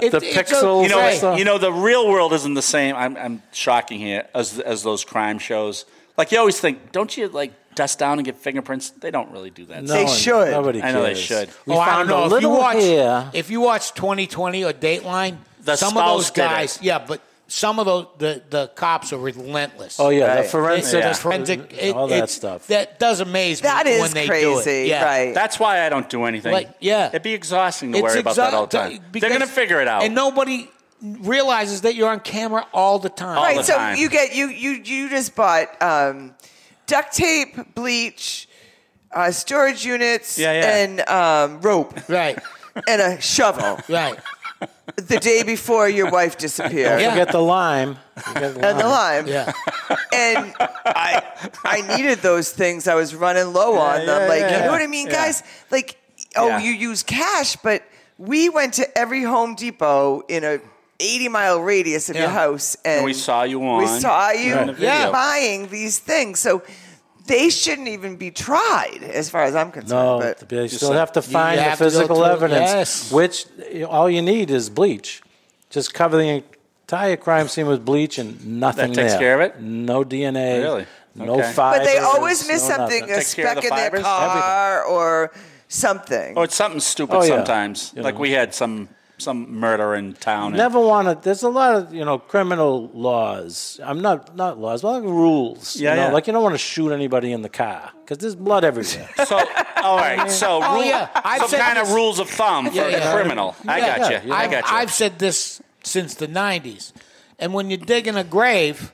Speaker 7: it,
Speaker 5: The
Speaker 7: it's a-
Speaker 5: pixels
Speaker 8: You know,
Speaker 7: right.
Speaker 5: So-
Speaker 8: you know, the real world isn't the same. I'm, I'm shocking here as as those crime shows. Like you always think, don't you like dust down and get fingerprints? They don't really do that.
Speaker 5: No
Speaker 6: They
Speaker 5: one-
Speaker 6: should.
Speaker 5: Nobody
Speaker 8: I know they
Speaker 5: cares.
Speaker 8: should.
Speaker 5: We
Speaker 7: Oh, I don't
Speaker 5: found
Speaker 7: know.
Speaker 5: a
Speaker 7: if you
Speaker 5: little
Speaker 7: watch,
Speaker 5: here.
Speaker 7: if you watch 2020 or Dateline,
Speaker 8: The
Speaker 7: some of those
Speaker 8: spouse did it.
Speaker 7: guys, yeah, but some of those the, the cops are relentless.
Speaker 5: Oh yeah, the
Speaker 6: Right.
Speaker 5: forensic,
Speaker 8: Yeah.
Speaker 7: The forensic, it-
Speaker 5: all that
Speaker 7: it's-
Speaker 5: stuff.
Speaker 7: That does amaze me
Speaker 6: that is
Speaker 7: when they do it.
Speaker 6: crazy,
Speaker 7: Yeah.
Speaker 6: right?
Speaker 8: That's why I don't do anything.
Speaker 7: Like, yeah.
Speaker 8: it'd be exhausting to worry about that all the
Speaker 7: exhausting
Speaker 8: time.
Speaker 7: because-
Speaker 8: They're gonna figure it out.
Speaker 7: And nobody realizes that you're on camera all the time.
Speaker 8: All
Speaker 6: right.
Speaker 8: the
Speaker 6: so
Speaker 8: time.
Speaker 6: you get you you you just bought um, duct tape, bleach, uh, storage units,
Speaker 8: Yeah, yeah.
Speaker 6: and um, rope
Speaker 7: Right.
Speaker 6: and a shovel
Speaker 7: Right.
Speaker 8: Oh.
Speaker 6: the day before your wife disappeared.
Speaker 7: Yeah.
Speaker 5: You get the lime. You get
Speaker 6: And the lime.
Speaker 7: Yeah.
Speaker 8: [LAUGHS]
Speaker 6: and I I needed those things. I was running low on them.
Speaker 5: yeah,
Speaker 6: like you
Speaker 5: yeah.
Speaker 6: know what I mean, guys. Like oh,
Speaker 8: Yeah.
Speaker 6: you use cash, but we went to every Home Depot in a. 80 mile radius of your
Speaker 7: Yeah.
Speaker 6: house, and,
Speaker 8: we saw you
Speaker 6: We
Speaker 8: on
Speaker 6: saw you
Speaker 8: the video.
Speaker 7: Yeah.
Speaker 6: buying these things, so they shouldn't even be tried, as far as I'm concerned.
Speaker 5: No,
Speaker 6: but
Speaker 5: you Oh, still have to find
Speaker 7: have to
Speaker 5: the
Speaker 7: go
Speaker 5: physical
Speaker 7: through-
Speaker 5: evidence,
Speaker 7: yes.
Speaker 5: which you know, all you need is bleach. Just cover the entire crime scene with bleach and nothing
Speaker 8: That takes
Speaker 5: there.
Speaker 8: care of it?
Speaker 5: No DNA.
Speaker 8: Really?
Speaker 5: No
Speaker 8: Okay.
Speaker 5: okay.
Speaker 6: but they always miss
Speaker 5: no
Speaker 6: something,
Speaker 5: nothing.
Speaker 6: a
Speaker 8: Takes care of
Speaker 6: speck
Speaker 8: the
Speaker 6: in their
Speaker 8: fibers,
Speaker 6: car or something.
Speaker 8: Or it's something stupid
Speaker 5: Oh, yeah.
Speaker 8: sometimes.
Speaker 5: You
Speaker 8: like
Speaker 5: know.
Speaker 8: we had some some murder in town. and-
Speaker 5: Never want to. There's a lot of you know criminal laws. I'm not not laws, but like rules.
Speaker 8: Yeah,
Speaker 5: you know?
Speaker 8: yeah.
Speaker 5: Like you don't want to shoot anybody in the car because there's blood everywhere.
Speaker 8: So all
Speaker 5: [LAUGHS]
Speaker 8: right. So rule,
Speaker 7: Oh, yeah. I've
Speaker 8: some
Speaker 7: said
Speaker 8: kind
Speaker 7: this-
Speaker 8: of rules of thumb for
Speaker 7: Yeah, yeah.
Speaker 8: a criminal. I
Speaker 5: Yeah,
Speaker 8: got
Speaker 5: yeah.
Speaker 8: you. [LAUGHS] I
Speaker 7: I've-
Speaker 8: got you.
Speaker 7: I've said this since the 90s. And when you're digging a grave,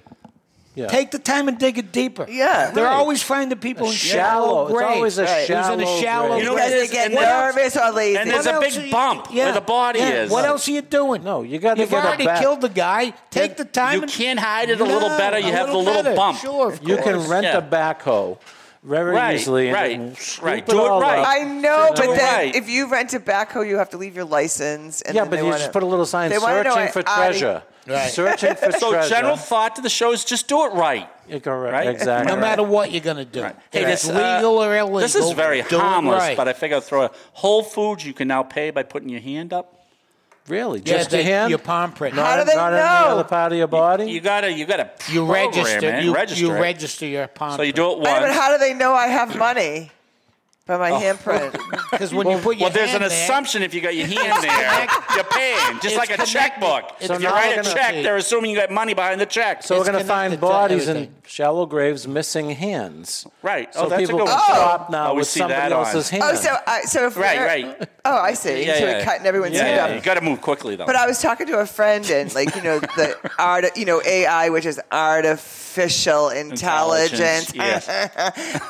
Speaker 5: Yeah.
Speaker 7: take the time and dig it deeper.
Speaker 6: Yeah.
Speaker 7: They're
Speaker 6: Right.
Speaker 7: always finding people in
Speaker 5: shallow.
Speaker 7: shallow,
Speaker 5: It's
Speaker 7: graves.
Speaker 5: always a
Speaker 7: It was in
Speaker 5: shallow
Speaker 7: a shallow
Speaker 5: grave.
Speaker 8: You know what
Speaker 6: because
Speaker 7: grave.
Speaker 8: it
Speaker 6: they
Speaker 8: is?
Speaker 6: get
Speaker 8: And there's-
Speaker 6: nervous or lazy.
Speaker 8: and there's
Speaker 7: What
Speaker 8: a
Speaker 7: else
Speaker 8: big
Speaker 7: are
Speaker 8: bump where the body
Speaker 7: yeah.
Speaker 8: is.
Speaker 7: What else are you doing?
Speaker 5: No, you gotta
Speaker 7: You've
Speaker 5: get a
Speaker 7: already
Speaker 5: back-
Speaker 7: killed the guy. Take the time.
Speaker 8: you
Speaker 7: and-
Speaker 8: can't hide it a little
Speaker 7: No,
Speaker 8: better. You have the little
Speaker 7: better.
Speaker 8: bump.
Speaker 7: Sure, of
Speaker 5: you
Speaker 7: course.
Speaker 5: can rent
Speaker 8: Yeah.
Speaker 5: a backhoe very
Speaker 8: Right,
Speaker 5: easily. and
Speaker 8: right,
Speaker 5: just scoop
Speaker 8: right. Do it
Speaker 5: all
Speaker 8: right.
Speaker 5: up.
Speaker 6: I know,
Speaker 8: Do
Speaker 6: but
Speaker 8: it
Speaker 6: then
Speaker 8: right.
Speaker 6: if you rent a backhoe, you have to leave your license. And
Speaker 5: Yeah,
Speaker 6: then
Speaker 5: but
Speaker 6: they
Speaker 5: you
Speaker 6: wanna-
Speaker 5: just put a little sign
Speaker 6: they wanna know
Speaker 5: searching
Speaker 6: I-
Speaker 5: for
Speaker 6: I-
Speaker 5: treasure.
Speaker 7: Right.
Speaker 5: Searching for
Speaker 8: [LAUGHS] So
Speaker 5: treasure.
Speaker 8: general thought to the show is just do it right.
Speaker 5: Yeah, correct.
Speaker 8: right?
Speaker 5: Exactly.
Speaker 7: No matter what you're going to do.
Speaker 8: Hey,
Speaker 7: if it's
Speaker 8: this, uh,
Speaker 7: legal or illegal.
Speaker 8: This is very
Speaker 7: do it
Speaker 8: harmless,
Speaker 7: right.
Speaker 8: but I figure I'll throw a Whole Foods you can now pay by putting your hand up.
Speaker 5: Really?
Speaker 7: Yeah,
Speaker 5: Just
Speaker 7: they-
Speaker 5: your hand?
Speaker 7: Your palm print.
Speaker 5: Not,
Speaker 6: How do they
Speaker 5: not any
Speaker 6: know?
Speaker 5: other part of your body?
Speaker 8: You gotta you gotta
Speaker 7: You
Speaker 8: program
Speaker 7: register.
Speaker 8: it,
Speaker 7: you,
Speaker 8: register
Speaker 7: you
Speaker 8: it.
Speaker 7: register your palm.
Speaker 8: So you do it
Speaker 6: Wait, but
Speaker 8: once.
Speaker 6: how do they know I have money? By
Speaker 5: Oh.
Speaker 6: my
Speaker 5: [LAUGHS]
Speaker 6: handprint.
Speaker 7: Because when you put your
Speaker 8: Well, there's an
Speaker 7: hand there-
Speaker 8: assumption if you got your hand there, you're paying, just
Speaker 7: It's
Speaker 8: like a
Speaker 7: connected.
Speaker 8: checkbook.
Speaker 7: It's
Speaker 8: if you
Speaker 7: now
Speaker 8: write
Speaker 7: we're
Speaker 8: a
Speaker 7: gonna
Speaker 8: check,
Speaker 7: see.
Speaker 8: they're assuming you got money behind the check.
Speaker 5: So
Speaker 7: It's
Speaker 5: we're going to
Speaker 7: connected
Speaker 5: find
Speaker 7: to
Speaker 5: bodies in
Speaker 7: everything.
Speaker 5: shallow graves, missing hands.
Speaker 8: Right. Oh,
Speaker 5: So
Speaker 8: that's a
Speaker 5: people
Speaker 8: good
Speaker 5: can
Speaker 8: one.
Speaker 5: swap now
Speaker 8: Oh, we
Speaker 5: with
Speaker 8: see that
Speaker 5: somebody
Speaker 8: on.
Speaker 5: else's hand.
Speaker 6: oh, so I, so if
Speaker 8: Right,
Speaker 6: we're-
Speaker 8: right.
Speaker 6: Oh, I see. so we're cutting everyone's
Speaker 8: yeah,
Speaker 6: head
Speaker 8: yeah,
Speaker 6: up.
Speaker 8: You got to move quickly though.
Speaker 6: But I was talking to a friend, and like you know, the art, you know, AI, which is artificial intelligence.
Speaker 8: Yes.
Speaker 5: [LAUGHS]
Speaker 6: [LAUGHS]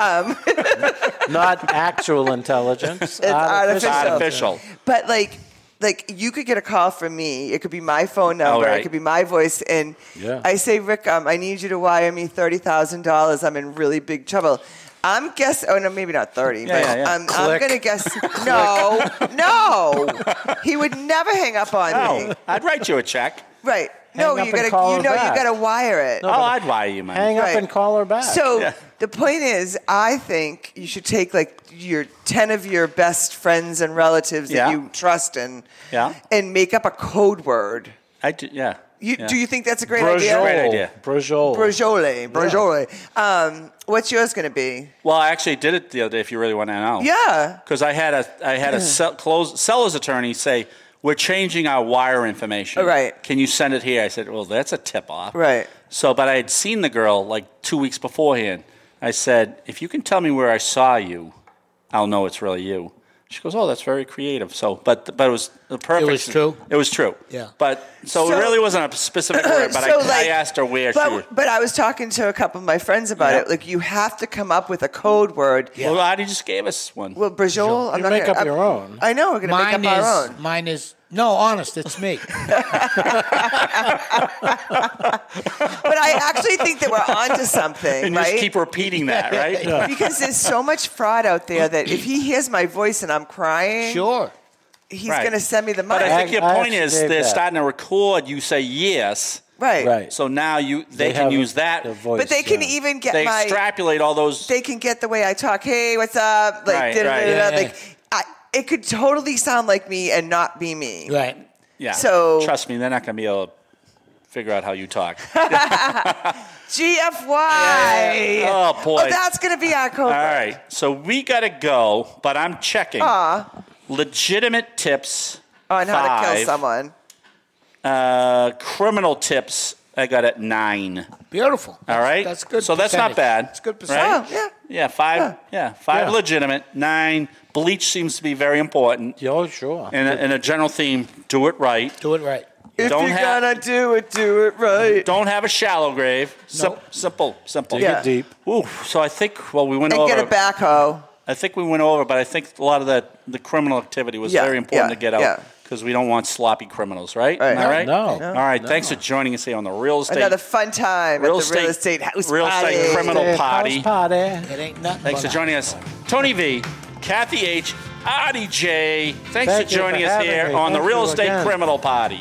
Speaker 5: Not actual intelligence.
Speaker 6: It's artificial.
Speaker 8: artificial.
Speaker 6: But like, like you could get a call from me. It could be my phone number.
Speaker 8: right.
Speaker 6: It could be my voice. And
Speaker 5: Yeah.
Speaker 6: I say, Rick, um, I need you to wire me thirty thousand dollars. I'm in really big trouble. I'm guess. Oh no, maybe not thirty. but
Speaker 8: yeah, yeah.
Speaker 6: Um, I'm
Speaker 5: [LAUGHS]
Speaker 6: gonna guess. no, no. He would never hang up on me.
Speaker 8: No, Oh, I'd write you a check.
Speaker 6: Right.
Speaker 5: Hang
Speaker 6: No,
Speaker 5: up and
Speaker 6: you gotta.
Speaker 5: call her
Speaker 6: You know, you
Speaker 5: back.
Speaker 6: gotta wire it.
Speaker 8: Oh, I'd wire you money.
Speaker 5: Hang up
Speaker 6: Right.
Speaker 5: and call her back.
Speaker 6: So
Speaker 8: Yeah.
Speaker 6: the point is, I think you should take like your ten of your best friends and relatives
Speaker 8: Yeah.
Speaker 6: that you trust and
Speaker 8: Yeah.
Speaker 6: and make up a code word.
Speaker 8: I do, yeah.
Speaker 6: You,
Speaker 8: yeah.
Speaker 6: Do you think that's a great
Speaker 8: Great
Speaker 6: idea?
Speaker 8: idea.
Speaker 5: Brajol.
Speaker 6: Brajole, brajole. Um, what's yours going to be?
Speaker 8: Well, I actually did it the other day. If you really want to know,
Speaker 6: Yeah.
Speaker 8: Because I had a I had a sell, close, seller's attorney say we're changing our wire information.
Speaker 6: Oh, right.
Speaker 8: Can you send it here? I said, well, that's a tip off.
Speaker 6: Right.
Speaker 8: So, but I had seen the girl like two weeks beforehand. I said, if you can tell me where I saw you, I'll know it's really you. She goes, oh, that's very creative. So, but but it was the perfect.
Speaker 7: was true?
Speaker 8: It was true.
Speaker 7: Yeah.
Speaker 8: But so,
Speaker 6: So-
Speaker 8: it really wasn't a
Speaker 6: [COUGHS]
Speaker 8: specific word. But I, I asked her where
Speaker 6: but,
Speaker 8: she was.
Speaker 6: But I was talking to a couple of my friends about
Speaker 8: Yeah.
Speaker 6: it. Like, you have to come up with a code word.
Speaker 8: Well, Adi just gave us one.
Speaker 6: Well, brajole. I'm
Speaker 5: You
Speaker 6: not
Speaker 5: make
Speaker 6: gonna,
Speaker 5: up
Speaker 6: I'm-
Speaker 5: your own.
Speaker 6: I know we're going to make
Speaker 7: Mine
Speaker 6: up
Speaker 7: is
Speaker 6: our own.
Speaker 7: mine is no honest. It's me.
Speaker 6: But I actually think that we're onto
Speaker 8: [LAUGHS]
Speaker 6: something,
Speaker 8: and you
Speaker 6: right?
Speaker 8: just keep repeating that, right?
Speaker 6: because there's so much fraud out there that if he hears my voice and I'm crying,
Speaker 7: Sure.
Speaker 6: he's
Speaker 8: Right.
Speaker 6: going to send me the
Speaker 8: But
Speaker 6: money.
Speaker 8: I think
Speaker 5: I-
Speaker 8: your
Speaker 5: I
Speaker 8: point
Speaker 5: actually
Speaker 8: is
Speaker 5: did
Speaker 8: they're
Speaker 5: that.
Speaker 8: starting to record. You say yes,
Speaker 6: right.
Speaker 5: Right.
Speaker 8: so now you they, can
Speaker 5: have
Speaker 8: use that.
Speaker 5: their voice,
Speaker 6: But they can
Speaker 5: yeah.
Speaker 6: even get
Speaker 8: They
Speaker 6: my.
Speaker 8: extrapolate all those.
Speaker 6: They can get the way I talk. Hey, what's up? Like,
Speaker 8: Right,
Speaker 6: da- da-
Speaker 8: right.
Speaker 6: da- da-
Speaker 7: Yeah,
Speaker 6: da.
Speaker 7: yeah.
Speaker 6: like I, it could totally sound like me and not be me.
Speaker 7: [LAUGHS] Right.
Speaker 8: yeah.
Speaker 6: so- Oh,
Speaker 8: trust me, they're not going to be able to figure out how
Speaker 6: [LAUGHS]
Speaker 8: you talk.
Speaker 6: GFY.
Speaker 8: Oh boy.
Speaker 6: Oh, that's going to be our code.
Speaker 8: all right. So we got to go, but I'm checking
Speaker 6: Aw,
Speaker 8: legitimate tips
Speaker 6: on Oh, how to kill
Speaker 8: Five.
Speaker 6: someone.
Speaker 8: Uh, criminal tips. I got at nine.
Speaker 7: Beautiful.
Speaker 8: All right.
Speaker 7: That's good.
Speaker 8: So that's not
Speaker 7: percentage.
Speaker 8: bad.
Speaker 7: It's good
Speaker 6: Oh,
Speaker 7: percentage.
Speaker 6: yeah.
Speaker 8: Yeah, five. Yeah, five
Speaker 5: Yeah.
Speaker 8: legitimate. Nine bleach seems to be very important.
Speaker 5: Yeah, oh, sure.
Speaker 8: And a, and a general theme: do it right.
Speaker 7: Do it right.
Speaker 6: If
Speaker 8: Don't
Speaker 6: you're
Speaker 8: have-
Speaker 6: going to do it, do it right.
Speaker 8: Don't have a shallow grave. Sim-
Speaker 7: No.
Speaker 8: Simple, simple.
Speaker 5: Dig
Speaker 6: Yeah.
Speaker 5: it deep.
Speaker 8: Ooh, so I think well we went
Speaker 6: and
Speaker 8: over.
Speaker 6: get a backhoe.
Speaker 8: I think we went over, but I think a lot of that the criminal activity was
Speaker 6: Yeah,
Speaker 8: very important
Speaker 6: yeah,
Speaker 8: to get out
Speaker 6: yeah.
Speaker 8: because we don't want sloppy criminals, right?
Speaker 6: Right.
Speaker 8: Am I
Speaker 6: No,
Speaker 8: right?
Speaker 5: no,
Speaker 8: All right. Thanks for joining us here on the real estate.
Speaker 6: Another fun time
Speaker 8: real
Speaker 6: at the
Speaker 8: estate,
Speaker 6: real estate house
Speaker 8: real
Speaker 6: party.
Speaker 8: estate criminal party.
Speaker 5: House party.
Speaker 7: It ain't nothing.
Speaker 8: Thanks for
Speaker 7: but
Speaker 8: joining us, Tony V, Kathy H, Adi J. Thanks
Speaker 5: Thank
Speaker 8: for
Speaker 5: you for
Speaker 8: joining us
Speaker 5: having
Speaker 8: here
Speaker 5: me.
Speaker 8: on the
Speaker 5: Thank
Speaker 8: real
Speaker 5: you
Speaker 8: estate
Speaker 5: again.
Speaker 8: criminal party.